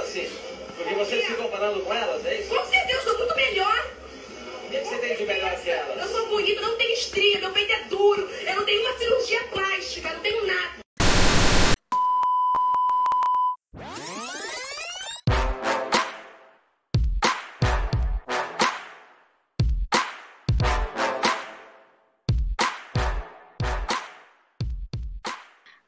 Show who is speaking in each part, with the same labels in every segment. Speaker 1: você. Porque você se comparando com elas, é isso?
Speaker 2: Com certeza, eu sou muito melhor.
Speaker 1: O que que você tem de melhor que
Speaker 2: Eu
Speaker 1: elas?
Speaker 2: sou bonita, não tenho estria, meu peito é duro. Eu não tenho uma cirurgia plástica, não tenho nada.
Speaker 3: E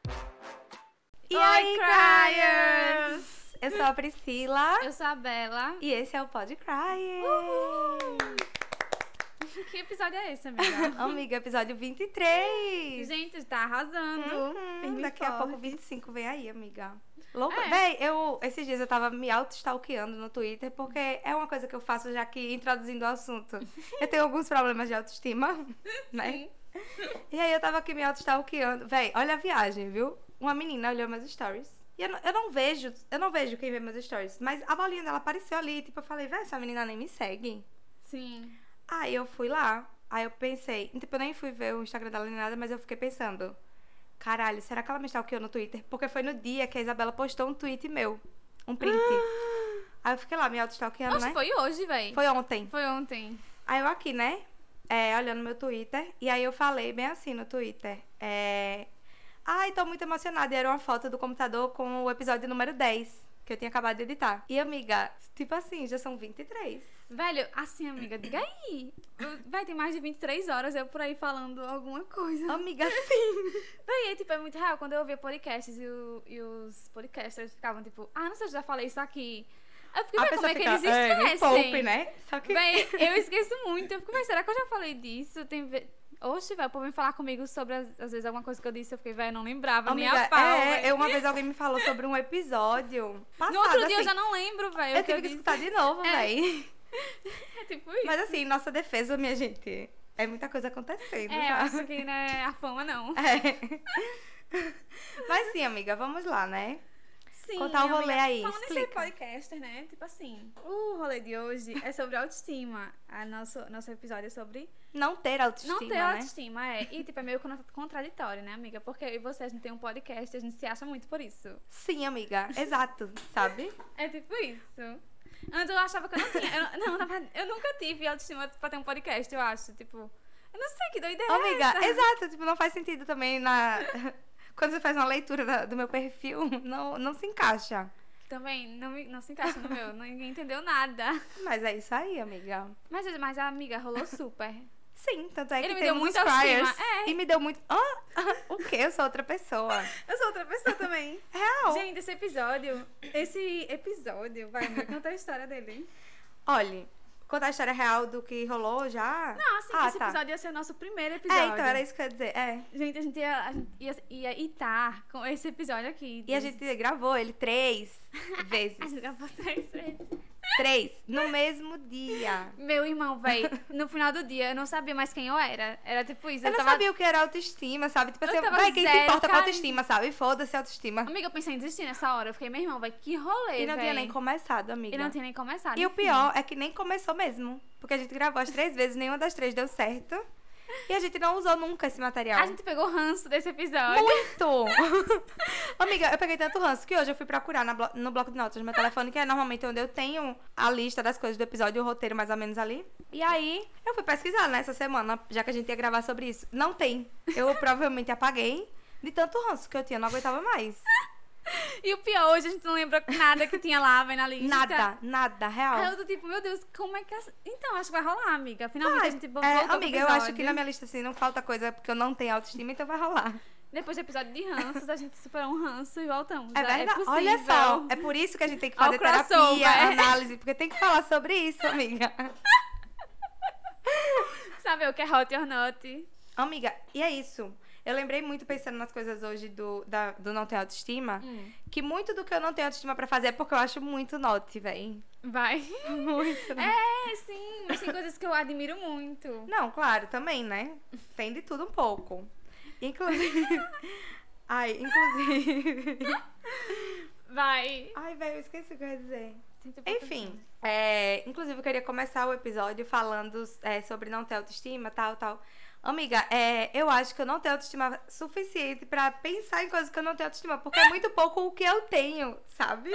Speaker 4: Oi,
Speaker 3: aí,
Speaker 4: Criers!
Speaker 3: Criers! Eu sou a Priscila
Speaker 4: Eu sou a Bela.
Speaker 3: e esse é o Pod Crier.
Speaker 4: Que episódio é esse, amiga?
Speaker 3: Amiga, episódio 23.
Speaker 4: Gente, tá arrasando.
Speaker 3: Uhum,
Speaker 4: Firme e
Speaker 3: daqui a
Speaker 4: forte.
Speaker 3: pouco 25 vem aí, amiga. Louca.
Speaker 4: É.
Speaker 3: Véi, eu esses dias eu tava me auto-stalkeando no Twitter porque é uma coisa que eu faço já que introduzindo o assunto. Eu tenho alguns problemas de autoestima, né? E aí eu tava aqui me auto-stalkeando. Véi, olha a viagem, viu? Uma menina olhou meus stories. E eu não, eu não vejo, eu não vejo quem vê meus stories, mas a bolinha dela apareceu ali, tipo, eu falei, véi, essa menina nem me segue.
Speaker 4: Sim.
Speaker 3: Aí eu fui lá, aí eu pensei, tipo, eu nem fui ver o Instagram dela nem nada, mas eu fiquei pensando, caralho, será que ela me stalkeou no Twitter? Porque foi no dia que a Isabela postou um tweet meu, um print. aí eu fiquei lá me auto-stalkeando,
Speaker 4: Nossa,
Speaker 3: né?
Speaker 4: foi hoje, véi.
Speaker 3: Foi ontem.
Speaker 4: Foi ontem.
Speaker 3: Aí eu aqui, né? É, olhando meu Twitter. E aí eu falei bem assim no Twitter. É... Ai, tô muito emocionada. E era uma foto do computador com o episódio número 10, que eu tinha acabado de editar. E amiga, tipo assim, já são 23.
Speaker 4: Velho, assim, amiga, diga aí. Vai, tem mais de 23 horas eu por aí falando alguma coisa.
Speaker 3: Amiga, sim.
Speaker 4: Véi, é, tipo, é muito real. Quando eu ouvia podcasts e, o- e os podcasters ficavam tipo, ah, não sei se eu já falei isso aqui. Aí Eu fiquei,
Speaker 3: A
Speaker 4: véi, como
Speaker 3: pessoa
Speaker 4: é que
Speaker 3: fica,
Speaker 4: eles
Speaker 3: "É, me
Speaker 4: esquecem?
Speaker 3: poupe, né? Só que
Speaker 4: Véi, eu esqueço muito. Eu fico, mas será que eu já falei disso? Tem ve... Oxe, velho, o povo vem falar comigo sobre, às às vezes, alguma coisa que eu disse. Eu fiquei, velho, não lembrava nem a
Speaker 3: Amiga,
Speaker 4: pau.
Speaker 3: é,
Speaker 4: véi.
Speaker 3: eu- uma vez alguém me falou sobre um episódio passado,
Speaker 4: No outro dia eu
Speaker 3: assim,
Speaker 4: já não lembro, velho.
Speaker 3: eu
Speaker 4: o
Speaker 3: tive
Speaker 4: que eu
Speaker 3: que
Speaker 4: disse.
Speaker 3: escutar de novo,
Speaker 4: É.
Speaker 3: véi.
Speaker 4: É tipo isso.
Speaker 3: Mas assim, nossa defesa, minha gente, é muita coisa acontecendo,
Speaker 4: é, eu
Speaker 3: sabe?
Speaker 4: acho que não é a fama, não.
Speaker 3: É. Mas sim, amiga, vamos lá, né?
Speaker 4: Sim,
Speaker 3: Contar o rolê
Speaker 4: amiga.
Speaker 3: aí,
Speaker 4: Falando nesse
Speaker 3: explica.
Speaker 4: podcaster, né? Tipo assim, o rolê de hoje é sobre autoestima. A nosso, nosso episódio é sobre
Speaker 3: Não ter autoestima,
Speaker 4: não ter
Speaker 3: né?
Speaker 4: autoestima, é. E, tipo, é meio contra- contraditório, né, amiga? Porque eu e você, a gente tem um podcast, a gente se acha muito por isso.
Speaker 3: Sim, amiga, exato, sabe?
Speaker 4: É tipo isso. Antes eu achava que eu não tinha. Eu, não, na verdade, eu nunca tive autoestima pra ter um podcast, eu acho. Tipo, eu não sei que doideira. é essa.
Speaker 3: Amiga, exato, tipo, não faz sentido também na... Quando você faz uma leitura da- do meu perfil, não, não se encaixa.
Speaker 4: Também não, me- não se encaixa no meu, ninguém entendeu nada.
Speaker 3: Mas é isso aí, amiga.
Speaker 4: Mas, mas a amiga rolou super.
Speaker 3: Sim, tanto é
Speaker 4: Ele
Speaker 3: que
Speaker 4: me
Speaker 3: tem
Speaker 4: deu
Speaker 3: muitos
Speaker 4: muita autoestima,
Speaker 3: criers.
Speaker 4: é.
Speaker 3: E me deu muito. Ah, o quê? Eu sou outra pessoa.
Speaker 4: Eu sou outra pessoa também.
Speaker 3: Real.
Speaker 4: Gente, esse episódio. Esse episódio vai me contar a história dele.
Speaker 3: Olha, contar a história real do que rolou já?
Speaker 4: Não, assim,
Speaker 3: Ah,
Speaker 4: esse
Speaker 3: tá.
Speaker 4: episódio ia ser o nosso primeiro episódio.
Speaker 3: É, então era isso que eu ia dizer. É.
Speaker 4: Gente, a gente ia, a gente ia, ia itar com esse episódio aqui.
Speaker 3: E a gente gravou ele três
Speaker 4: A
Speaker 3: vezes.
Speaker 4: gente gravou três vezes.
Speaker 3: três. No mesmo dia.
Speaker 4: Meu irmão, véi, no final do dia eu não sabia mais quem eu era. Era tipo isso.
Speaker 3: Eu, não
Speaker 4: tava...
Speaker 3: sabia o que era autoestima, sabe? Tipo
Speaker 4: Eu
Speaker 3: assim,
Speaker 4: tava
Speaker 3: vai, quem se
Speaker 4: zero,
Speaker 3: importa com
Speaker 4: cara.
Speaker 3: autoestima, sabe? Foda-se a autoestima.
Speaker 4: Amiga, eu pensei em desistir nessa hora. Eu fiquei, meu irmão, vai que rolê,
Speaker 3: E não tinha
Speaker 4: véi.
Speaker 3: nem começado, amiga.
Speaker 4: E não tinha nem né? começado.
Speaker 3: E o
Speaker 4: enfim.
Speaker 3: pior é que nem começou mesmo. Porque a gente gravou as três vezes, nenhuma das três deu certo. E a gente não usou nunca esse material.
Speaker 4: A gente pegou ranço desse episódio.
Speaker 3: Muito! Amiga, eu peguei tanto ranço que hoje eu fui procurar na blo- no bloco de notas do meu telefone, que é normalmente onde eu tenho a lista das coisas do episódio, o roteiro mais ou menos ali. E aí, eu fui pesquisar nessa semana, já que a gente ia gravar sobre isso. Não tem. Eu provavelmente apaguei de tanto ranço que eu tinha, não aguentava mais.
Speaker 4: E o pior, hoje a gente não lembra nada que tinha lá, véi, na lista.
Speaker 3: Nada, nada,
Speaker 4: Aí
Speaker 3: real.
Speaker 4: eu tô tipo, meu Deus, como é que. essa- Então, acho que vai rolar, amiga. Finalmente a gente voltou
Speaker 3: É,
Speaker 4: pro
Speaker 3: amiga, eu
Speaker 4: episódio.
Speaker 3: acho que na minha lista assim não falta coisa porque eu não tenho autoestima, então vai rolar.
Speaker 4: Depois do episódio de ranços, a gente superou um ranço e voltamos.
Speaker 3: É
Speaker 4: Já
Speaker 3: verdade.
Speaker 4: possível.
Speaker 3: Olha só, é por isso que a gente tem que
Speaker 4: Ao
Speaker 3: fazer terapia,
Speaker 4: crossover.
Speaker 3: análise, porque tem que falar sobre isso, amiga.
Speaker 4: Sabe o que é hot or not?
Speaker 3: Amiga, e é isso. Eu lembrei muito pensando nas coisas hoje do, da- do não ter autoestima,
Speaker 4: Hum.
Speaker 3: que muito do que eu não tenho autoestima pra fazer é porque eu acho muito note, véi.
Speaker 4: Vai.
Speaker 3: Muito. né?
Speaker 4: É, sim, mas tem coisas que eu admiro muito.
Speaker 3: Não, claro, também, né? Tem de tudo um pouco. Inclusive. Ai, inclusive.
Speaker 4: Vai.
Speaker 3: Ai, velho, eu esqueci o que eu ia dizer.
Speaker 4: Tenta botar
Speaker 3: Enfim, é, inclusive eu queria começar o episódio falando é, sobre não ter autoestima, tal, tal. Amiga, é, eu acho que eu não tenho autoestima suficiente pra pensar em coisas que eu não tenho autoestima, porque é muito pouco o que eu tenho, sabe?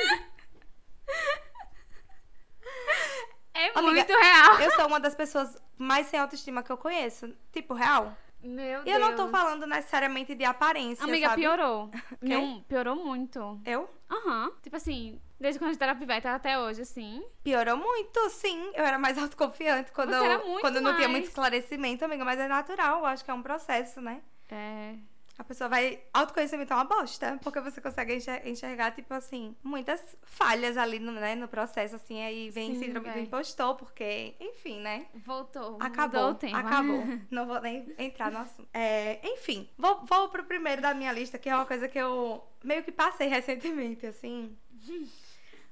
Speaker 3: Amiga,
Speaker 4: É muito real.
Speaker 3: Eu sou uma das pessoas mais sem autoestima que eu conheço. Tipo, real.
Speaker 4: Meu
Speaker 3: E
Speaker 4: Deus.
Speaker 3: eu não tô falando necessariamente de aparência,
Speaker 4: Amiga,
Speaker 3: sabe?
Speaker 4: piorou. Não, piorou muito.
Speaker 3: Eu?
Speaker 4: Aham. Tipo assim, desde quando a gente era piveta até hoje, assim.
Speaker 3: Piorou muito, sim. Eu era mais autoconfiante quando,
Speaker 4: Você
Speaker 3: eu,
Speaker 4: era muito
Speaker 3: quando eu não tinha
Speaker 4: mais.
Speaker 3: muito esclarecimento, amiga. Mas é natural, eu acho que é um processo, né?
Speaker 4: É.
Speaker 3: A pessoa vai. Autoconhecimento é uma bosta, porque você consegue enxer- enxergar, tipo assim, muitas falhas ali no, né, no processo, assim. Aí vem
Speaker 4: Sim, é.
Speaker 3: síndrome
Speaker 4: véi.
Speaker 3: do impostor, porque, enfim, né?
Speaker 4: Voltou. mudou
Speaker 3: Acabou,
Speaker 4: o tempo.
Speaker 3: acabou. Não vou nem entrar no assunto. É, enfim, vou, vou pro primeiro da minha lista, que é uma coisa que eu meio que passei recentemente, assim.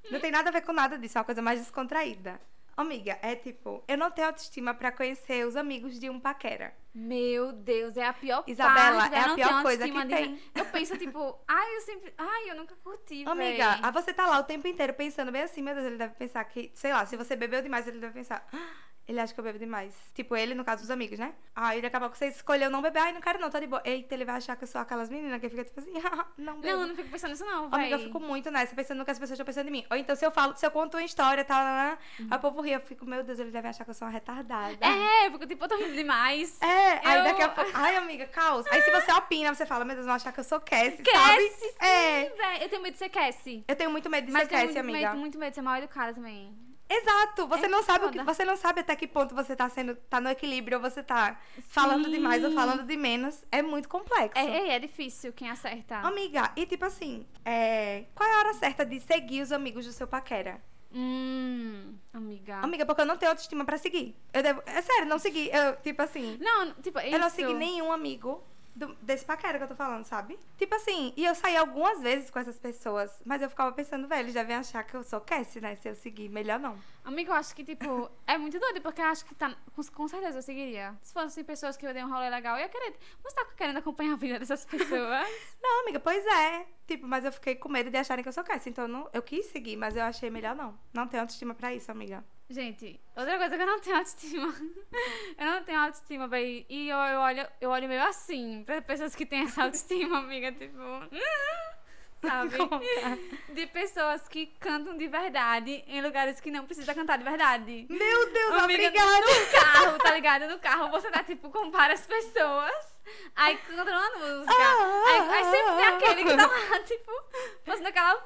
Speaker 3: Não tem nada a ver com nada disso, é uma coisa mais descontraída. Amiga, é tipo, eu não tenho autoestima pra conhecer os amigos de um paquera.
Speaker 4: Meu Deus, é a pior
Speaker 3: Isabela,
Speaker 4: parte.
Speaker 3: é
Speaker 4: eu
Speaker 3: a
Speaker 4: não
Speaker 3: pior
Speaker 4: tenho
Speaker 3: coisa que
Speaker 4: autoestima de-
Speaker 3: tem.
Speaker 4: Eu penso, tipo, ai, eu sempre. Ai, eu nunca curti.
Speaker 3: Amiga,
Speaker 4: véi.
Speaker 3: aí você tá lá o tempo inteiro pensando bem assim, meu Deus, ele deve pensar que, sei lá, se você bebeu demais, ele deve pensar. "Ah, Ele acha que eu bebo demais. Tipo, ele, no caso dos amigos, né? Aí ele acabou que você escolheu não beber. Ai, não quero não, tá de boa. Eita, ele vai achar que eu sou aquelas meninas que fica tipo assim, "Ah, não bebo.
Speaker 4: Não, eu não fico pensando nisso, não, véi.
Speaker 3: Amiga, eu fico muito nessa, pensando no que as pessoas estão pensando em mim. Ou então, se eu falo, se eu conto uma história e tal, lá, lá, aí o povo ri, eu fico, meu Deus, ele deve achar que eu sou uma retardada.
Speaker 4: É, porque, tipo, eu tô rindo demais.
Speaker 3: É, aí
Speaker 4: Eu-
Speaker 3: daqui a pouco. Ai, amiga, caos. Aí se você opina, você fala, meu Deus, vão achar que eu sou Cassie, sabe?
Speaker 4: Cassie, sim,
Speaker 3: É.
Speaker 4: véi. Eu tenho medo de ser Cassie.
Speaker 3: Eu tenho muito medo de
Speaker 4: Mas
Speaker 3: ser
Speaker 4: eu tenho
Speaker 3: Cassie,
Speaker 4: muito,
Speaker 3: amiga.
Speaker 4: medo, muito medo de ser mal educada também.
Speaker 3: Exato, você
Speaker 4: É
Speaker 3: não sabe o que,
Speaker 4: foda.
Speaker 3: você não sabe até que ponto você tá sendo, tá no equilíbrio ou você tá falando
Speaker 4: Sim.
Speaker 3: demais ou falando de menos, é muito complexo.
Speaker 4: É, é, é difícil quem acerta.
Speaker 3: Amiga, e tipo assim, é, qual é a hora certa de seguir os amigos do seu paquera?
Speaker 4: Hum, amiga.
Speaker 3: Amiga, porque eu não tenho autoestima pra seguir. Eu devo, é sério, não segui, eu tipo assim,
Speaker 4: Não, tipo,
Speaker 3: eu não
Speaker 4: isso.
Speaker 3: segui nenhum amigo do- desse paquera que eu tô falando, sabe? Tipo assim, e eu saí algumas vezes com essas pessoas, mas eu ficava pensando, velho, eles devem achar que eu sou Cassie, né? Se eu seguir, melhor não.
Speaker 4: Amiga, eu acho que, tipo, é muito doido, porque eu acho que tá. Com, com certeza eu seguiria. Se fossem pessoas que eu dei um rolê legal, eu ia querer. Você tá querendo acompanhar a vida dessas pessoas?
Speaker 3: Não, amiga, pois é. Tipo, mas eu fiquei com medo de acharem que eu sou Cassie. Então eu não, eu quis seguir, mas eu achei melhor não. Não tenho autoestima pra isso, amiga.
Speaker 4: Gente, outra coisa que eu não tenho autoestima. Eu não tenho autoestima, véi. E eu, eu, olho, eu olho meio assim pra pessoas que têm essa autoestima, amiga. Tipo. Sabe? De pessoas que cantam de verdade em lugares que não precisa cantar de verdade.
Speaker 3: Meu Deus,
Speaker 4: Amiga,
Speaker 3: obrigada.
Speaker 4: No carro, tá ligado? No carro você tá tipo, compara as pessoas, aí cantando uma música.
Speaker 3: Ah,
Speaker 4: aí, aí é, sempre tem
Speaker 3: ah,
Speaker 4: aquele que tá lá, tipo, fazendo aquela.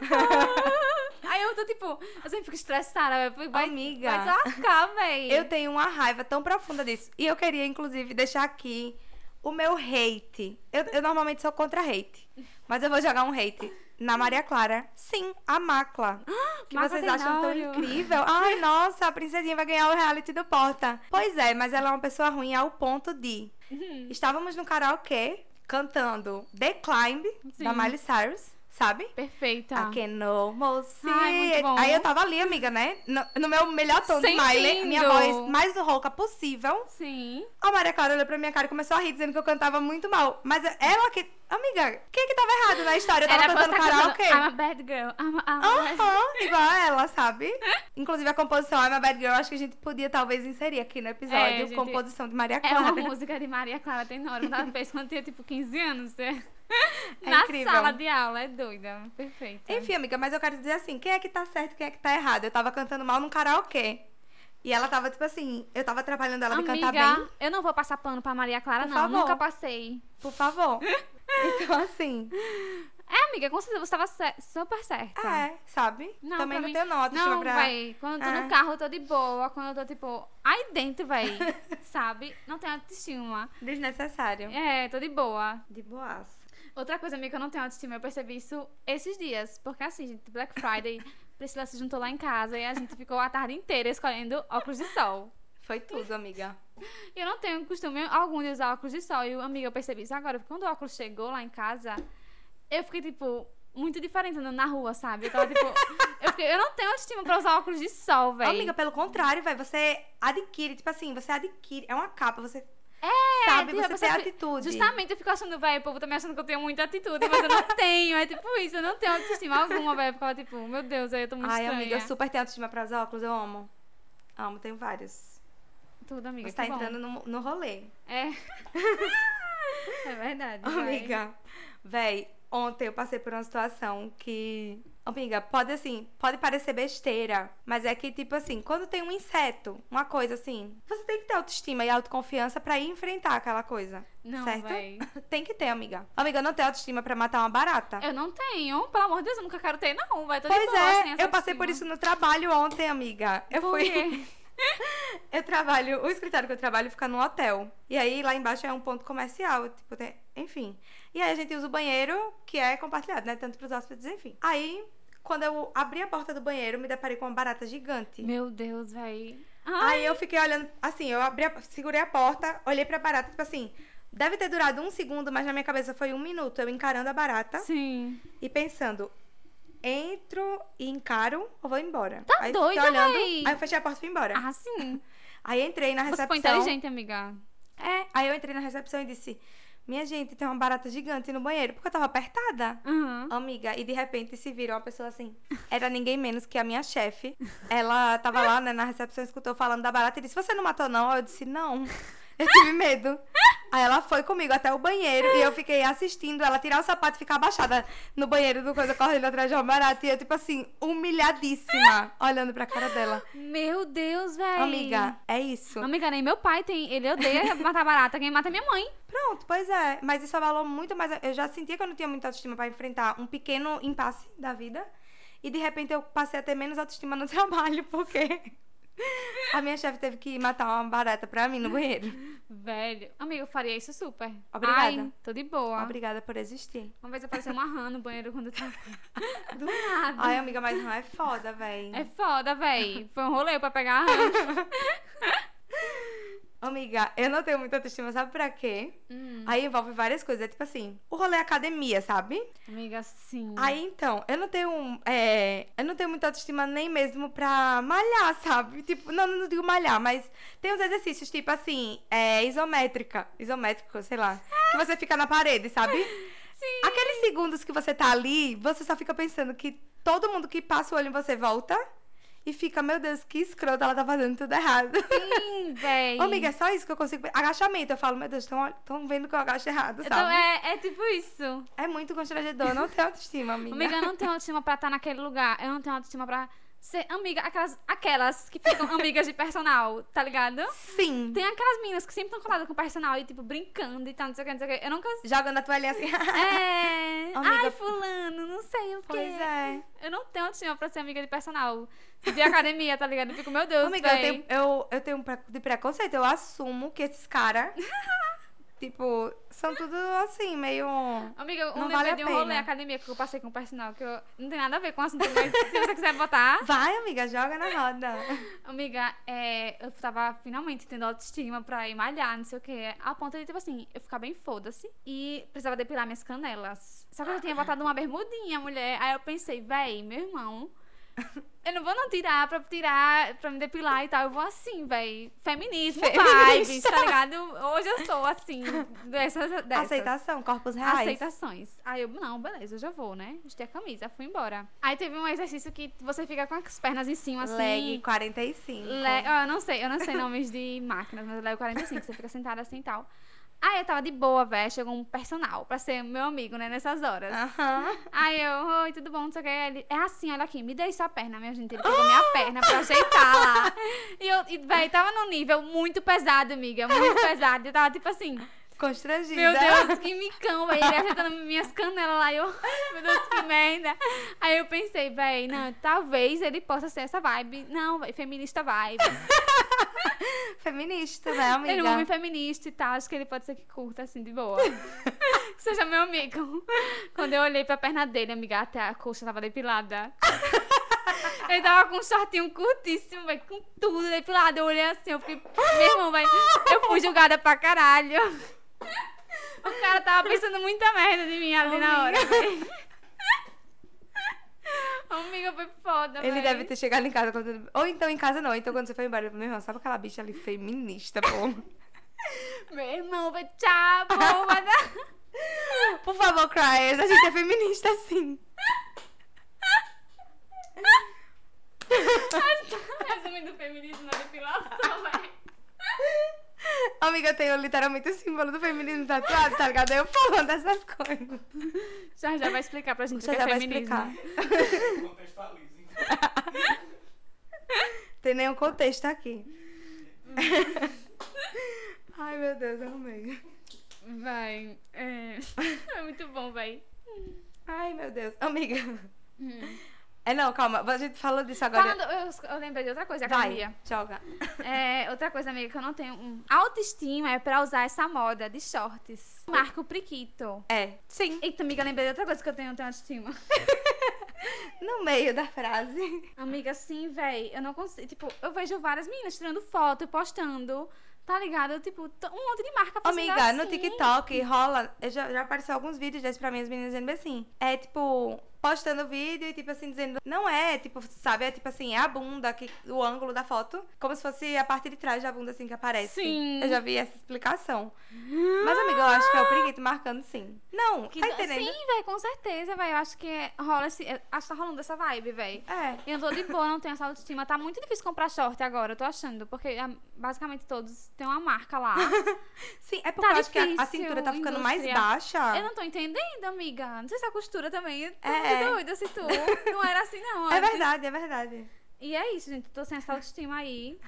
Speaker 4: aí eu tô tipo, eu sempre fico estressada, velho. Fico, Vai,
Speaker 3: Amiga.
Speaker 4: Vai lascar, velho.
Speaker 3: Eu tenho uma raiva tão profunda disso. E eu queria, inclusive, deixar aqui o meu hate. Eu, eu normalmente sou contra hate. Mas eu vou jogar um hate. Na Maria Clara. Sim, a Macla. Que
Speaker 4: Macla
Speaker 3: vocês
Speaker 4: Del
Speaker 3: acham tão
Speaker 4: Nauro.
Speaker 3: incrível. Ai, nossa, a princesinha vai ganhar o reality do Porta. Pois é, mas ela é uma pessoa ruim ao ponto de. Estávamos no karaokê cantando The Climb, da
Speaker 4: Sim.
Speaker 3: Miley Cyrus, sabe?
Speaker 4: Perfeita.
Speaker 3: I can almost see
Speaker 4: Tá. Ai, muito
Speaker 3: it.
Speaker 4: bom.
Speaker 3: Aí eu tava ali, amiga, né? No, no meu melhor tom de
Speaker 4: Sentindo.
Speaker 3: Miley, minha voz mais rouca possível.
Speaker 4: Sim.
Speaker 3: A Maria Clara olhou pra minha cara e começou a rir, dizendo que eu cantava muito mal. Mas ela que. Amiga, quem que tava errado na história? Eu tava
Speaker 4: Era pra
Speaker 3: cantando
Speaker 4: você tá cantando,
Speaker 3: karaokê.
Speaker 4: I'm a bad girl. I'm a, I'm a bad girl.
Speaker 3: Aham, igual a ela, sabe? Inclusive a composição I'm a Bad Girl, acho que a gente podia talvez inserir aqui no
Speaker 4: É,
Speaker 3: episódio.
Speaker 4: gente,
Speaker 3: composição de Maria
Speaker 4: É
Speaker 3: Clara.
Speaker 4: uma música de Maria Clara Tenório, quando ela fez quando tinha tipo 15 anos. É.
Speaker 3: É
Speaker 4: Na
Speaker 3: incrível.
Speaker 4: sala de aula, é doida. Perfeita.
Speaker 3: Enfim, amiga, mas eu quero dizer assim, quem é que tá certo, quem é que tá errado? Eu tava cantando mal num karaokê. E ela tava, tipo assim, eu tava atrapalhando ela de
Speaker 4: Amiga,
Speaker 3: cantar bem.
Speaker 4: eu não vou passar pano pra Maria Clara,
Speaker 3: Por
Speaker 4: não.
Speaker 3: favor.
Speaker 4: Nunca passei.
Speaker 3: Por favor. Então, assim,
Speaker 4: É, amiga, com certeza você tava ce- super certa.
Speaker 3: é, sabe?
Speaker 4: Tá. Não,
Speaker 3: Também
Speaker 4: pra
Speaker 3: não
Speaker 4: mim-
Speaker 3: tenho nota. deixa eu
Speaker 4: Não,
Speaker 3: pra...
Speaker 4: véi. Quando eu tô
Speaker 3: Ah.
Speaker 4: no carro, eu tô de boa. Quando eu tô, tipo, aí dentro, véi. sabe? Não tenho autoestima.
Speaker 3: Desnecessário.
Speaker 4: É, tô de boa.
Speaker 3: De boas.
Speaker 4: Outra coisa, amiga, que eu não tenho autoestima, eu percebi isso esses dias. Porque assim, gente, Black Friday, Priscila se juntou lá em casa e a gente ficou a tarde inteira escolhendo óculos de sol.
Speaker 3: Foi tudo, amiga.
Speaker 4: E eu não tenho costume algum de usar óculos de sol. E, amiga, eu percebi isso agora. Porque quando o óculos chegou lá em casa, eu fiquei, tipo, muito diferente andando na rua, sabe? Eu tava, tipo... eu, fiquei, eu não tenho autoestima pra usar óculos de sol, velho.
Speaker 3: Amiga, pelo contrário, velho, você adquire, tipo assim, você adquire. É uma capa, você.
Speaker 4: É,
Speaker 3: sabe,
Speaker 4: tipo,
Speaker 3: você
Speaker 4: eu
Speaker 3: tem
Speaker 4: percebi-
Speaker 3: atitude.
Speaker 4: Justamente, eu fico achando, velho, o povo tá me achando que eu tenho muita atitude, mas eu não tenho. É tipo isso, eu não tenho autoestima alguma, velho. Eu ficava, tipo, meu Deus, aí eu tô muito
Speaker 3: Ai,
Speaker 4: estranha.
Speaker 3: amiga, eu super tenho autoestima pra usar óculos, eu amo. Amo, tenho vários.
Speaker 4: Tudo, amiga,
Speaker 3: você tá
Speaker 4: que bom.
Speaker 3: entrando no, no rolê.
Speaker 4: É. é verdade, vai.
Speaker 3: Amiga, véi, ontem eu passei por uma situação que Amiga, pode assim, pode parecer besteira, mas é que, tipo assim, quando tem um inseto, uma coisa assim, você tem que ter autoestima e autoconfiança pra ir enfrentar aquela coisa.
Speaker 4: Não,
Speaker 3: certo?
Speaker 4: véi.
Speaker 3: Tem que ter, amiga. Amiga, eu não tenho autoestima pra matar uma barata.
Speaker 4: Eu não tenho, pelo amor de Deus, eu nunca quero ter, não. Vai, tô de
Speaker 3: Pois
Speaker 4: boa, sem
Speaker 3: é,
Speaker 4: assim, essa
Speaker 3: eu passei por isso
Speaker 4: autoestima.
Speaker 3: no trabalho ontem, amiga. Eu
Speaker 4: Por
Speaker 3: fui.
Speaker 4: quê?
Speaker 3: Eu trabalho, o escritório que eu trabalho fica num hotel. E aí lá embaixo é um ponto comercial, tipo, tem- enfim. E aí a gente usa o banheiro, que é compartilhado, né? Tanto pros hóspedes, enfim. Aí, quando eu abri a porta do banheiro, me deparei com uma barata gigante.
Speaker 4: Meu Deus, véi. Ah, Ai,
Speaker 3: Aí eu fiquei olhando, assim, eu abri a- segurei a porta, olhei pra barata, tipo assim. Deve ter durado um segundo, mas na minha cabeça foi um minuto. Eu encarando a barata
Speaker 4: sim.
Speaker 3: e pensando. Entro e encaro ou vou embora? Tá aí,
Speaker 4: doida,
Speaker 3: fiquei olhando,
Speaker 4: véi?
Speaker 3: Aí eu fechei a porta e fui embora.
Speaker 4: Ah, sim.
Speaker 3: Aí entrei na
Speaker 4: Você
Speaker 3: recepção.
Speaker 4: foi inteligente, amiga.
Speaker 3: É, aí eu entrei na recepção e disse: Minha gente, tem uma barata gigante no banheiro, porque eu tava apertada.
Speaker 4: Uhum.
Speaker 3: Amiga, e de repente se virou uma pessoa assim. Era ninguém menos que a minha chefe. Ela tava lá, né, na recepção, escutou falando da barata e disse: Você não matou, não? Eu disse: Não. Eu tive medo. Aí ela foi comigo até o banheiro e eu fiquei assistindo ela tirar o sapato e ficar abaixada no banheiro do coisa, correndo atrás de uma barata. E eu, tipo assim, humilhadíssima, olhando pra cara dela.
Speaker 4: Meu Deus, véi.
Speaker 3: Amiga, é isso.
Speaker 4: Amiga, nem meu pai tem. Ele odeia matar barata. Quem mata é minha mãe.
Speaker 3: Pronto, pois é. Mas isso abalou muito mais. Eu já sentia que eu não tinha muita autoestima pra enfrentar um pequeno impasse da vida. E de repente eu passei a ter menos autoestima no trabalho, porque a minha chefe teve que matar uma barata pra mim no banheiro.
Speaker 4: Velho. Amiga, eu faria isso super.
Speaker 3: Obrigada.
Speaker 4: Ai, tô de boa.
Speaker 3: Obrigada por existir.
Speaker 4: Uma vez apareceu uma rã no banheiro quando eu tava. Do nada.
Speaker 3: Ai, amiga, mas não é foda, véi.
Speaker 4: É foda, véi. Foi um rolê pra pegar a rã.
Speaker 3: Amiga, eu não tenho muita autoestima, sabe pra quê?
Speaker 4: Hum,
Speaker 3: Aí envolve várias coisas. É tipo assim, o rolê é academia, sabe?
Speaker 4: amiga, sim.
Speaker 3: Aí então, eu não tenho. é, eu não tenho muita autoestima nem mesmo pra malhar, sabe? Tipo, não, não digo malhar, mas tem uns exercícios, tipo assim, é, isométrica. Isométrico, sei lá. Que você fica na parede, sabe?
Speaker 4: Sim.
Speaker 3: Aqueles segundos que você tá ali, você só fica pensando que todo mundo que passa o olho em você volta e fica, meu Deus, que escrota, ela tá fazendo tudo errado.
Speaker 4: Sim, véi.
Speaker 3: Ô, amiga, é só isso que eu consigo. Agachamento, eu falo, meu Deus, estão vendo que eu agacho errado,
Speaker 4: Então,
Speaker 3: sabe?
Speaker 4: é, é tipo isso.
Speaker 3: é... muito constrangedor, não tenho autoestima, amiga.
Speaker 4: Amiga, eu não tenho autoestima pra estar naquele lugar. Eu não tenho autoestima pra ser amiga. Aquelas, aquelas que ficam amigas de personal, tá ligado?
Speaker 3: Sim.
Speaker 4: Tem aquelas meninas que sempre estão coladas com o personal e, tipo, brincando e tal, não sei o que, não sei o que. Eu nunca.
Speaker 3: jogando a toalhinha assim.
Speaker 4: É.
Speaker 3: Amiga-
Speaker 4: Ai, fulano, não sei o que.
Speaker 3: pois é.
Speaker 4: Eu não tenho autoestima pra ser amiga de personal. De academia, tá ligado? Eu fico, meu Deus,
Speaker 3: Amiga, eu
Speaker 4: véi.
Speaker 3: tenho, eu, eu tenho um pre- de preconceito. Eu assumo que esses caras, tipo, são tudo assim, meio.
Speaker 4: Amiga, um
Speaker 3: Não vale
Speaker 4: lembrei
Speaker 3: a
Speaker 4: de um rolê
Speaker 3: pena.
Speaker 4: academia que eu passei com o personal, que eu não tem nada a ver com o assunto, mas se você quiser botar.
Speaker 3: Vai, amiga, joga na roda.
Speaker 4: Amiga, é, eu tava finalmente tendo autoestima pra ir malhar, não sei o que. A ponto de, tipo assim, eu ficar bem foda-se e precisava depilar minhas canelas. Só que eu já tinha botado uma bermudinha, mulher. Aí eu pensei, véi, meu irmão, eu não vou não tirar pra tirar, pra me depilar e tal. Eu vou assim, véi. Feminismo, vibes,
Speaker 3: Feminista.
Speaker 4: tá ligado? Hoje eu sou assim, dessas. dessas.
Speaker 3: Aceitação, corpos reais.
Speaker 4: Aceitações. Aí eu, não, beleza, eu já vou, né? Vesti a camisa, fui embora. Aí teve um exercício que você fica com as pernas em cima, assim.
Speaker 3: Leg 45.
Speaker 4: Le... ó, eu não sei, eu não sei nomes de máquinas, mas Lego 45, você fica sentada assim e tal. Aí eu tava de boa, velho, chegou um personal pra ser meu amigo, né, nessas horas.
Speaker 3: Ah. Aham.
Speaker 4: Aí eu, oi, tudo bom, não sei o que. Aí Ele, é assim, olha aqui, me dei sua perna, minha gente. Ele pegou
Speaker 3: Ah!
Speaker 4: minha perna pra ajeitar lá. E eu, e, véi, tava num nível muito pesado, amiga, muito pesado. Eu tava tipo assim,
Speaker 3: Constrangida.
Speaker 4: meu Deus, que micão, velho. Ele ajeitando minhas canelas lá. e Eu, meu Deus, que merda. Aí eu pensei, véi, não, talvez ele possa ser essa vibe. Não, véi, feminista vibe.
Speaker 3: Feminista, né, amiga?
Speaker 4: Ele é um homem feminista e tal, acho que ele pode ser que curta, assim, de boa. Que Seja meu amigo. Quando eu olhei pra perna dele, amiga, até a coxa tava depilada. Ele tava com um shortinho curtíssimo, véi, com tudo depilado. Eu olhei assim, eu fiquei, meu irmão, véi, eu fui julgada pra caralho. O cara tava pensando muita merda de mim ali na hora, véi. Amiga, foi foda,
Speaker 3: Ele
Speaker 4: véi.
Speaker 3: deve ter chegado em casa quando... Ou então em casa não. Então quando você foi embora, meu irmão, sabe aquela bicha ali feminista, pô?
Speaker 4: Meu irmão, vai tchau, pô, vai dar...
Speaker 3: Por favor, Cryers, a gente é feminista sim.
Speaker 4: é Resumindo o feminismo na depilação, velho.
Speaker 3: amiga, eu tenho literalmente o símbolo do feminismo tatuado, tá ligado? Aí Eu falando dessas coisas.
Speaker 4: Já já vai explicar pra gente o
Speaker 3: Você
Speaker 4: que
Speaker 3: já
Speaker 4: é
Speaker 3: vai
Speaker 4: feminismo.
Speaker 3: explicar.
Speaker 5: Contextualizem.
Speaker 4: né?
Speaker 3: Tem nenhum contexto aqui. Ai, meu Deus, amei.
Speaker 4: Vai. É... é muito bom, vai.
Speaker 3: Ai, meu Deus. Amiga. É, não, calma. A gente falou disso agora.
Speaker 4: Hum. Falando, eu, eu lembrei de outra coisa, academia.
Speaker 3: Vai, joga.
Speaker 4: É, outra coisa, amiga, que eu não tenho. hum. Autoestima é pra usar essa moda de shorts. Marco Priquito.
Speaker 3: É, sim.
Speaker 4: Eita, amiga, lembrei de outra coisa que eu tenho, não tenho autoestima.
Speaker 3: No meio da frase.
Speaker 4: Amiga, sim, véi. Eu não consigo. Tipo, eu vejo várias meninas tirando foto e postando. Tá ligado? Tipo, t- um monte de marca postando
Speaker 3: Amiga, no
Speaker 4: assim.
Speaker 3: TikTok rola. eu Já, já apareceu alguns vídeos desses pra mim, as meninas dizendo assim. É tipo, postando vídeo e tipo assim, dizendo. Não é, tipo, sabe? É tipo assim, é a bunda, que, o ângulo da foto. Como se fosse a parte de trás da bunda, assim, que aparece.
Speaker 4: Sim.
Speaker 3: Eu já vi essa explicação. Mas, amiga, eu acho que é o preguito marcando sim. Não,
Speaker 4: Que-
Speaker 3: tá entendendo?
Speaker 4: Sim, véi, com certeza, véi. Eu acho que é- rola esse. eu Acho que tá rolando essa vibe, véi.
Speaker 3: É.
Speaker 4: Eu tô de boa, não tenho essa autoestima. Tá muito difícil comprar short agora, eu tô achando. Porque ah, basicamente todos têm uma marca lá.
Speaker 3: Sim, é porque
Speaker 4: Ah. Tá
Speaker 3: eu acho que a- a,
Speaker 4: difícil,
Speaker 3: cintura tá ficando mais
Speaker 4: indústria.
Speaker 3: baixa.
Speaker 4: Eu não tô entendendo, amiga. Não sei se é a costura também. Eu tô
Speaker 3: É.
Speaker 4: muito doida se tu. Não era assim, não.
Speaker 3: É
Speaker 4: antes.
Speaker 3: verdade, é verdade.
Speaker 4: E é isso, gente. Tô sem essa autoestima aí.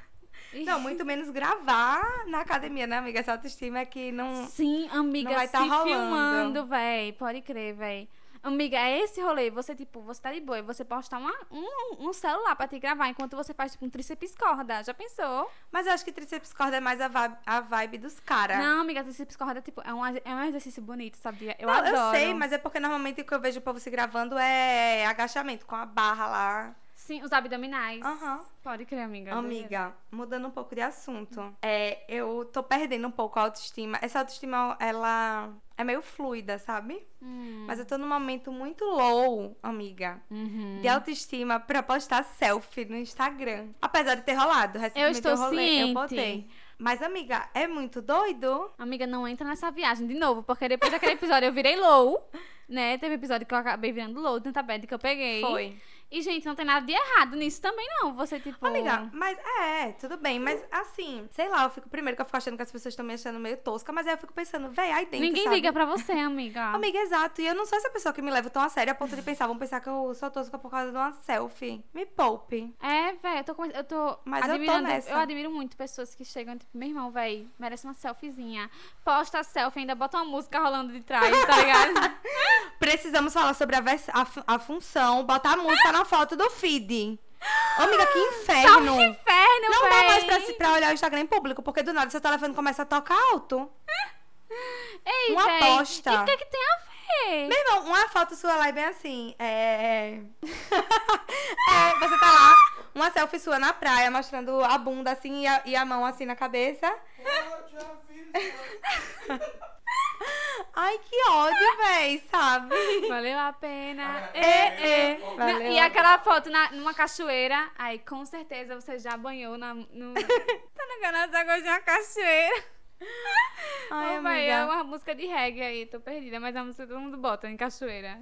Speaker 4: E-
Speaker 3: Não, muito menos gravar na academia, né, amiga? Essa autoestima é que não.
Speaker 4: Sim, amiga,
Speaker 3: Não vai tá
Speaker 4: se
Speaker 3: rolando.
Speaker 4: filmando, véi. Pode crer, véi. Amiga, é esse rolê. Você, tipo, você tá de boa e você postar uma, um, um celular pra te gravar enquanto você faz, tipo, um tríceps corda. Já pensou?
Speaker 3: Mas eu acho que tríceps corda é mais a vibe, a vibe dos caras.
Speaker 4: Não, amiga, tríceps corda, tipo, é um, é um exercício bonito, sabia? Eu
Speaker 3: Não,
Speaker 4: adoro.
Speaker 3: eu sei, mas é porque normalmente o que eu vejo o povo se gravando é agachamento, com a barra lá.
Speaker 4: Sim, os abdominais.
Speaker 3: Aham.
Speaker 4: Pode crer, amiga.
Speaker 3: Amiga, mudando um pouco de
Speaker 4: Hum.
Speaker 3: assunto. É, eu tô perdendo um pouco a autoestima. Essa autoestima, ela é meio fluida, sabe?
Speaker 4: Hum.
Speaker 3: Mas eu tô num momento muito low, amiga.
Speaker 4: Uhum.
Speaker 3: de autoestima pra postar selfie no Instagram. Apesar de ter rolado, recentemente
Speaker 4: estou
Speaker 3: eu rolei,
Speaker 4: ciente.
Speaker 3: eu botei. Mas, amiga, é muito doido?
Speaker 4: Amiga, não entra nessa viagem de novo, porque depois daquele episódio eu virei low, né? Teve episódio que eu acabei virando low, tanta bad que eu peguei. E, gente, não tem nada de errado nisso também, não. Você, tipo.
Speaker 3: Amiga, mas é, tudo bem, mas assim, sei lá, eu fico primeiro que eu fico achando que as pessoas estão me achando meio tosca, mas aí eu fico pensando, véi, aí dentro.
Speaker 4: Ninguém
Speaker 3: sabe?
Speaker 4: liga pra você, amiga.
Speaker 3: Amiga, exato. E eu não sou essa pessoa que me leva tão a sério a ponto de pensar, vão pensar que eu sou tosca por causa de uma selfie. Me poupe.
Speaker 4: É, velho, eu tô, come- eu tô
Speaker 3: Mas eu tô
Speaker 4: admirando.
Speaker 3: nessa.
Speaker 4: admiro muito pessoas que chegam, tipo, meu irmão, velho, merece uma selfiezinha. Posta a selfie, ainda bota uma música rolando de trás, tá ligado?
Speaker 3: Precisamos falar sobre a, vers- a, fu- a função, botar a música na foto do feed. Amiga, que
Speaker 4: tá um
Speaker 3: inferno!
Speaker 4: inferno,
Speaker 3: Não dá mais pra,
Speaker 4: véi.
Speaker 3: se- pra olhar o Instagram em público, porque do nada seu telefone começa a tocar alto.
Speaker 4: Ei,
Speaker 3: uma
Speaker 4: véi,
Speaker 3: aposta.
Speaker 4: E o que, é que tem a ver?
Speaker 3: Meu irmão, uma foto sua lá é bem assim. É. é, você tá lá, uma selfie sua na praia, mostrando a bunda assim e a, e a mão assim na cabeça.
Speaker 5: Eu já vi isso.
Speaker 3: Ai, que ódio, véi, sabe?
Speaker 4: Valeu a pena.
Speaker 5: É,
Speaker 4: É, é.
Speaker 5: valeu
Speaker 3: a
Speaker 4: Não, E
Speaker 3: pena.
Speaker 4: aquela foto na, numa cachoeira, aí com certeza você já banhou na, no... tá ligado as águas de uma cachoeira.
Speaker 3: Ai,
Speaker 4: Ô, véi, é
Speaker 3: amiga.
Speaker 4: uma música de reggae aí, tô perdida, mas a música todo mundo bota em cachoeira.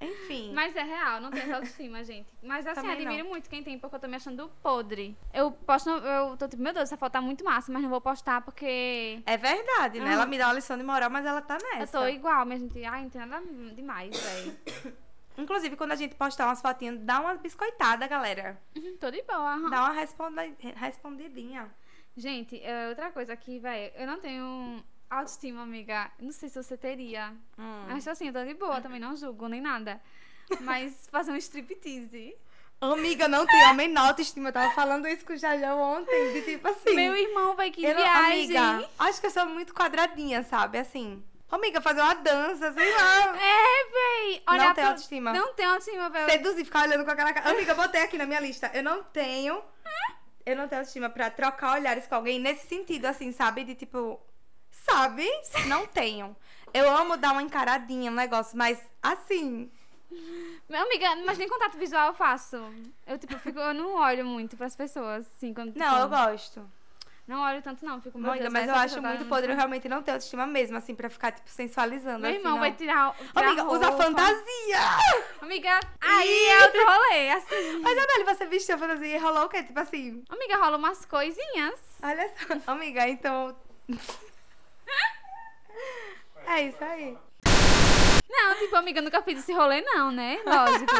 Speaker 3: Enfim.
Speaker 4: Mas é real, não tem essa autoestima, gente. Mas assim,
Speaker 3: Também não.
Speaker 4: admiro muito quem tem, porque eu tô me achando podre. Eu posto, eu tô tipo, meu Deus, essa foto tá muito massa, mas não vou postar porque
Speaker 3: É verdade, né? Ela me dá uma lição de moral, mas ela tá
Speaker 4: Uhum. eu
Speaker 3: nessa.
Speaker 4: tô igual, minha gente. Ai, não tem nada demais, velho.
Speaker 3: Inclusive, quando a gente postar umas fotinhas, dá uma biscoitada, galera.
Speaker 4: tô de boa, aham.
Speaker 3: Dá uma responda... respondidinha.
Speaker 4: Gente, é, outra coisa aqui, velho, eu não tenho autoestima, amiga. Não sei se você teria.
Speaker 3: Hum.
Speaker 4: Mas assim, eu tô de boa, também não julgo nem nada. Mas fazer um striptease.
Speaker 3: Amiga, não tem homem na autoestima. Eu tava falando isso com o Jajão ontem, de tipo assim.
Speaker 4: Meu irmão, vai que
Speaker 3: eu não-
Speaker 4: viagem.
Speaker 3: Amiga, acho que eu sou muito quadradinha, sabe? Assim. Amiga, fazer uma dança, sei lá.
Speaker 4: É, véi.
Speaker 3: Não
Speaker 4: Olha
Speaker 3: tem autoestima.
Speaker 4: Não tem autoestima, velho.
Speaker 3: Seduzir, ficar olhando com aquela cara. Amiga, eu botei aqui na minha lista. Eu não tenho. Eu não tenho autoestima pra trocar olhares com alguém nesse sentido, assim, sabe? De tipo. Sabe? Não tenho. Eu amo dar uma encaradinha, um negócio, mas assim.
Speaker 4: Meu amiga, mas nem contato visual eu faço. Eu, tipo, fico, eu não olho muito pras pessoas, assim, quando.
Speaker 3: Não, eu
Speaker 4: tipo,
Speaker 3: gosto.
Speaker 4: Não olho tanto, não. Fico, meu
Speaker 3: Amiga,
Speaker 4: Deus,
Speaker 3: mas
Speaker 4: essa
Speaker 3: eu
Speaker 4: pessoa
Speaker 3: acho
Speaker 4: tá
Speaker 3: muito
Speaker 4: dando-
Speaker 3: podre. Eu realmente não tenho autoestima mesmo, assim, pra ficar, tipo, sensualizando.
Speaker 4: Meu
Speaker 3: assim,
Speaker 4: irmão
Speaker 3: não.
Speaker 4: vai tirar. tirar
Speaker 3: Amiga, usa
Speaker 4: roupa.
Speaker 3: fantasia!
Speaker 4: Amiga, aí é outro rolê, assim.
Speaker 3: Mas, Adele, você vestiu a fantasia e rolou o quê? Tipo assim,
Speaker 4: Amiga, rola umas coisinhas.
Speaker 3: olha só. Amiga, então... é isso aí.
Speaker 4: Não, tipo, amiga, eu nunca fiz esse rolê, não, né? Lógico.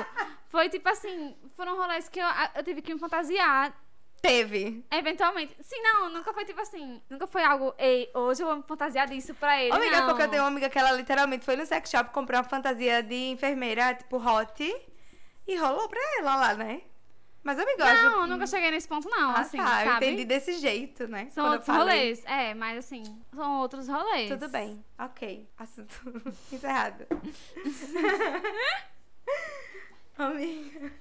Speaker 4: Foi tipo assim, foram rolês que eu, eu tive que me fantasiar.
Speaker 3: Teve.
Speaker 4: Eventualmente. Sim, não, nunca foi tipo assim. Nunca foi algo, ei, hoje eu vou me fantasiar disso pra ele.
Speaker 3: amiga, é
Speaker 4: não.
Speaker 3: porque eu tenho uma amiga que ela literalmente foi no sex shop comprar uma fantasia de enfermeira, tipo, hot. E rolou pra ela lá, né? Mas, amiga, eu acho...
Speaker 4: Não, nunca cheguei nesse ponto, não.
Speaker 3: Ah,
Speaker 4: assim,
Speaker 3: tá, eu
Speaker 4: sabe?
Speaker 3: entendi desse jeito, né?
Speaker 4: São
Speaker 3: Quando eu
Speaker 4: outros
Speaker 3: falei.
Speaker 4: rolês. É, mas assim, são outros rolês.
Speaker 3: Tudo bem, ok. Assunto encerrado. amiga.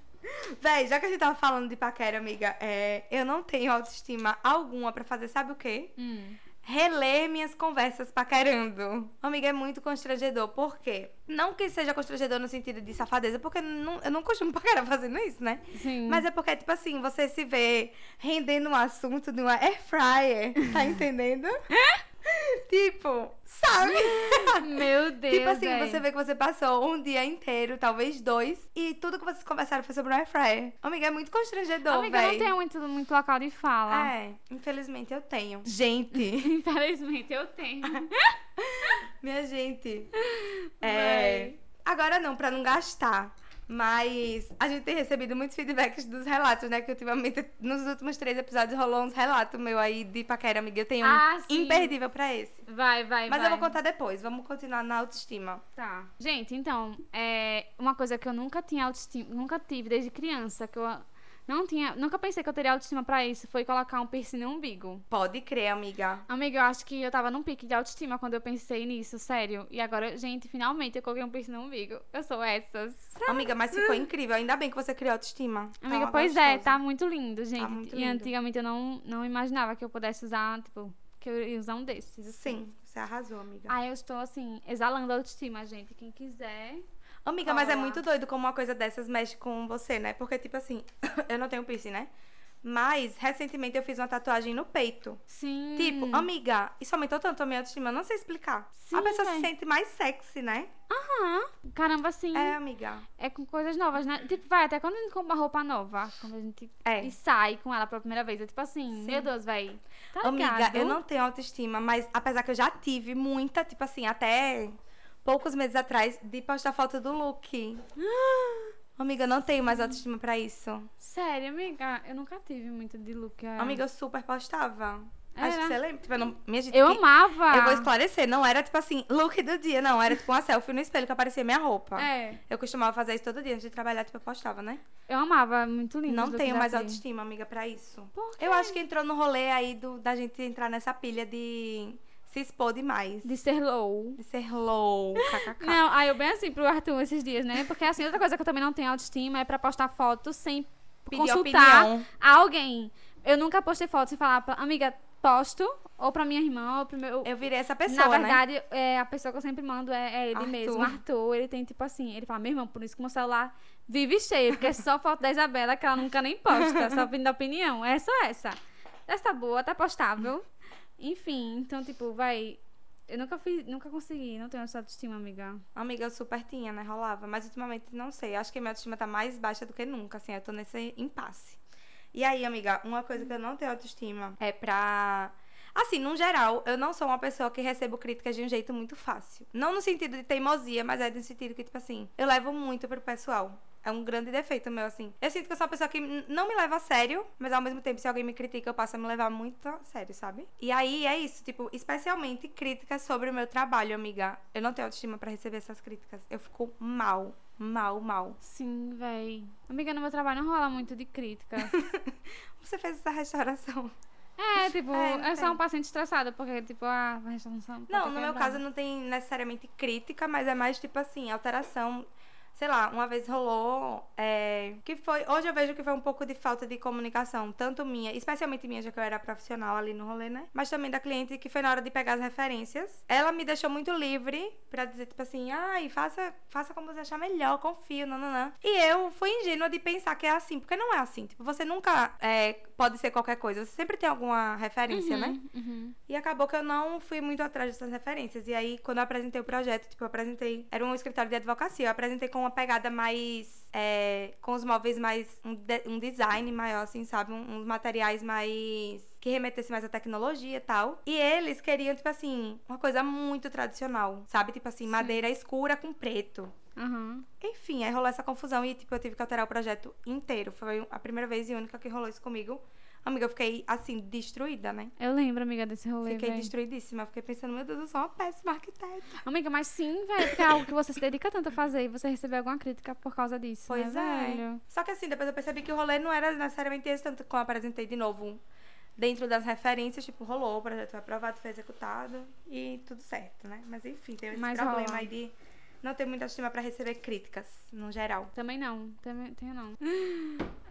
Speaker 3: Véi, já que a gente tava falando de paquera, amiga, é, eu não tenho autoestima alguma pra fazer, sabe o quê?
Speaker 4: Hum.
Speaker 3: Reler minhas conversas paquerando. Amiga, é muito constrangedor. Por quê? Não que seja constrangedor no sentido de safadeza, porque não- eu não costumo paquerar fazendo isso, né?
Speaker 4: Sim.
Speaker 3: Mas é porque, tipo assim, você se vê rendendo um assunto de uma air fryer, tá entendendo? tipo, sabe?
Speaker 4: Meu Deus.
Speaker 3: tipo assim,
Speaker 4: véi.
Speaker 3: você vê que você passou um dia inteiro, talvez dois, e tudo que vocês conversaram foi sobre o air fryer. Amiga, é muito constrangedor,
Speaker 4: Amiga, eu não
Speaker 3: velho.
Speaker 4: tenho muito, muito local de fala.
Speaker 3: É, infelizmente eu tenho. Gente,
Speaker 4: Infelizmente, eu tenho.
Speaker 3: minha gente. É. Agora não, pra não gastar. Mas a gente tem recebido muitos feedbacks dos relatos, né? Que ultimamente, nos últimos três episódios, rolou uns relatos meu aí de paquera, amiga. Eu tenho
Speaker 4: Ah,
Speaker 3: um
Speaker 4: sim.
Speaker 3: imperdível pra esse.
Speaker 4: Vai, vai,
Speaker 3: Mas
Speaker 4: vai.
Speaker 3: eu vou contar depois. Vamos continuar na autoestima.
Speaker 4: Tá. Gente, então, é uma coisa que eu nunca tinha autoestima, nunca tive desde criança, que eu não tinha, nunca pensei que eu teria autoestima pra isso, foi colocar um piercing no umbigo.
Speaker 3: Pode crer, amiga.
Speaker 4: Amiga, eu acho que eu tava num pique de autoestima quando eu pensei nisso, sério. E agora, gente, finalmente eu coloquei um piercing no umbigo. Eu sou essas.
Speaker 3: Amiga, mas ficou incrível. Ainda bem que você criou autoestima. Tá
Speaker 4: Tá. Amiga,
Speaker 3: uma
Speaker 4: pois é,
Speaker 3: gostosa.
Speaker 4: tá muito lindo, gente.
Speaker 3: muito
Speaker 4: E
Speaker 3: lindo.
Speaker 4: antigamente eu não, não imaginava que eu pudesse usar, tipo, que eu ia usar um desses. assim.
Speaker 3: Sim, você arrasou, amiga.
Speaker 4: Aí eu estou, assim, exalando a autoestima, gente. Quem quiser.
Speaker 3: Amiga, mas é
Speaker 4: Cola.
Speaker 3: muito doido como uma coisa dessas mexe com você, né? Porque, tipo assim, eu não tenho piercing, né? Mas, recentemente, eu fiz uma tatuagem no peito.
Speaker 4: Sim.
Speaker 3: Tipo, amiga, isso aumentou tanto a minha autoestima, eu não sei explicar.
Speaker 4: Sim,
Speaker 3: a pessoa
Speaker 4: véi.
Speaker 3: se sente mais sexy, né?
Speaker 4: Aham. Caramba, assim.
Speaker 3: É,
Speaker 4: É...
Speaker 3: amiga.
Speaker 4: com coisas novas, né? Tipo, vai, até quando a gente compra roupa nova, quando a gente
Speaker 3: É.
Speaker 4: e sai com ela pela primeira vez, é tipo assim, meu Deus, vai. Tá
Speaker 3: amiga,
Speaker 4: ligado?
Speaker 3: eu não tenho autoestima, mas apesar que eu já tive muita, tipo assim, até poucos meses atrás, de postar foto do look. Amiga, eu não tenho mais autoestima pra isso.
Speaker 4: Sério, amiga, eu nunca tive muito de look. é.
Speaker 3: Amiga, eu super postava. Acho
Speaker 4: Era.
Speaker 3: que você lembra. Tipo, eu não... Minha gente,
Speaker 4: eu
Speaker 3: que-
Speaker 4: amava.
Speaker 3: Eu vou esclarecer, não era tipo assim, look do dia, não. Era tipo uma selfie no espelho que aparecia minha roupa.
Speaker 4: É,
Speaker 3: Eu costumava fazer isso todo dia antes de trabalhar, tipo, eu postava, né?
Speaker 4: eu amava, muito lindo. os
Speaker 3: não
Speaker 4: looks
Speaker 3: tenho mais
Speaker 4: assim.
Speaker 3: autoestima, amiga, pra isso.
Speaker 4: Por quê?
Speaker 3: Eu acho que entrou no rolê aí do, da gente entrar nessa pilha de se expor demais.
Speaker 4: De ser low.
Speaker 3: De ser low, kkk.
Speaker 4: Não, aí eu bem assim pro Arthur esses dias, né? Porque assim, outra coisa que eu também não tenho autoestima é pra postar foto sem
Speaker 3: Pedir
Speaker 4: consultar
Speaker 3: opinião.
Speaker 4: alguém. Eu nunca postei foto sem falar, pra, amiga, posto, ou pra minha irmã, ou pro meu.
Speaker 3: Eu virei essa pessoa,
Speaker 4: Na
Speaker 3: né?
Speaker 4: verdade, é, a pessoa que eu sempre mando é, é ele
Speaker 3: Arthur.
Speaker 4: mesmo, Arthur. Ele tem tipo assim, ele fala, meu irmão, por isso que meu celular vive cheio, porque é só foto da Isabela que ela nunca nem posta, só pedindo opinião. É só essa. Essa tá boa, tá postável. Enfim, então, tipo, vai. Eu nunca fiz, nunca consegui, não tenho essa autoestima, amiga.
Speaker 3: Amiga, eu super tinha, né? Rolava. Mas ultimamente, não sei. Acho que minha autoestima tá mais baixa do que nunca, assim. Eu tô nesse impasse. E aí, amiga, uma coisa que eu não tenho autoestima é pra... Assim, num geral, eu não sou uma pessoa que recebo críticas de um jeito muito fácil. Não no sentido de teimosia, mas é no sentido que, tipo assim, eu levo muito pro pessoal. É um grande defeito meu, assim. Eu sinto que eu sou uma pessoa que n- não me leva a sério, mas ao mesmo tempo, se alguém me critica, eu passo a me levar muito a sério, sabe? E aí é isso, tipo, especialmente críticas sobre o meu trabalho, amiga. Eu não tenho autoestima pra receber essas críticas. Eu fico mal, mal, mal.
Speaker 4: Sim, véi. Amiga, no meu trabalho não rola muito de crítica.
Speaker 3: Você fez essa restauração.
Speaker 4: é, tipo,
Speaker 3: É, não
Speaker 4: é, só
Speaker 3: tem.
Speaker 4: um paciente estressado, porque, tipo, ah, vai estar um
Speaker 3: Não, no meu caso não tem necessariamente crítica, mas é mais tipo assim, alteração. sei lá, uma vez rolou. é, que foi. Hoje eu vejo que foi um pouco de falta de comunicação, tanto minha, especialmente minha, já que eu era profissional ali no rolê, né? Mas também da cliente, que foi na hora de pegar as referências. Ela me deixou muito livre pra dizer, tipo assim, ai, faça, faça como você achar melhor, confio, nananã. E eu fui ingênua de pensar que é assim, porque não é assim. Tipo, você nunca é, pode ser qualquer coisa, você sempre tem alguma referência, né?
Speaker 4: Uhum.
Speaker 3: E acabou que eu não fui muito atrás dessas referências. E aí, quando eu apresentei o projeto, tipo, eu apresentei. Era um escritório de advocacia. Eu apresentei com uma pegada mais. é, com os móveis mais. Um, de- um design maior, assim, sabe? Um- uns materiais mais. que remetesse mais à tecnologia e tal. E eles queriam, tipo assim, uma coisa muito tradicional, sabe? Tipo assim, madeira escura com preto.
Speaker 4: Aham.
Speaker 3: Enfim, aí rolou essa confusão e, tipo, eu tive que alterar o projeto inteiro. Foi a primeira vez e única que rolou isso comigo. Amiga, eu fiquei, assim, destruída, né?
Speaker 4: Eu lembro, amiga, desse rolê.
Speaker 3: Fiquei
Speaker 4: véi.
Speaker 3: destruidíssima. Fiquei pensando, meu Deus, eu sou uma péssima arquiteta.
Speaker 4: Amiga, mas sim, velho, porque é algo que você se dedica tanto a fazer e você receber alguma crítica por causa disso.
Speaker 3: Pois
Speaker 4: né,
Speaker 3: é.
Speaker 4: Velho?
Speaker 3: Só que assim, depois eu percebi que o rolê não era necessariamente esse, tanto que eu apresentei de novo dentro das referências, tipo, rolou, o projeto foi aprovado, foi executado e tudo certo, né? Mas enfim, tem esse
Speaker 4: Mas
Speaker 3: problema
Speaker 4: rola.
Speaker 3: aí de não ter muita estima pra receber críticas, no geral.
Speaker 4: Também não. Também tenho não.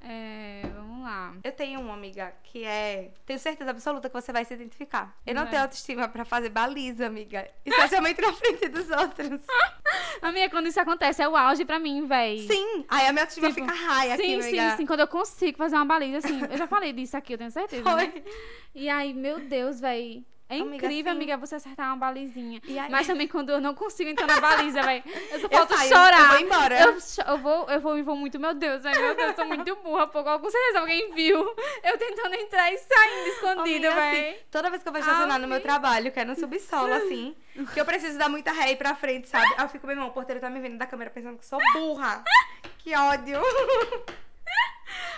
Speaker 4: É, vamos lá.
Speaker 3: Eu tenho uma amiga que é. Tenho certeza absoluta que você vai se identificar. Eu não
Speaker 4: Vai.
Speaker 3: tenho autoestima pra fazer baliza, amiga. Especialmente na frente dos outros.
Speaker 4: Amiga, quando isso acontece, é o auge pra mim, véi.
Speaker 3: Sim! Aí a minha autoestima
Speaker 4: Tipo,
Speaker 3: fica raia aqui,
Speaker 4: Sim,
Speaker 3: amiga.
Speaker 4: sim, sim. Quando eu consigo fazer uma baliza, assim. Eu já falei disso aqui, eu tenho certeza. né?
Speaker 3: Foi.
Speaker 4: E aí, meu Deus, véi. É
Speaker 3: Amiga,
Speaker 4: incrível,
Speaker 3: sim.
Speaker 4: amiga, você acertar uma balizinha.
Speaker 3: E aí-
Speaker 4: Mas também quando eu não consigo entrar na baliza, véi. Eu só
Speaker 3: Eu
Speaker 4: falta
Speaker 3: saio,
Speaker 4: chorar.
Speaker 3: eu vou embora.
Speaker 4: Eu, cho- eu vou, eu vou e vou muito, meu Deus, véi. Meu Deus, eu sou muito burra. Pô, com certeza alguém viu. Eu tentando entrar e saindo escondida, Ah,
Speaker 3: Amiga,
Speaker 4: véi.
Speaker 3: assim, toda vez que eu vou estacionar no meu
Speaker 4: Amiga.
Speaker 3: trabalho, que é no subsolo, assim, que eu preciso dar muita ré e ir pra frente, sabe? Aí eu fico, meu irmão, o porteiro tá me vendo da câmera pensando que sou burra. Que ódio.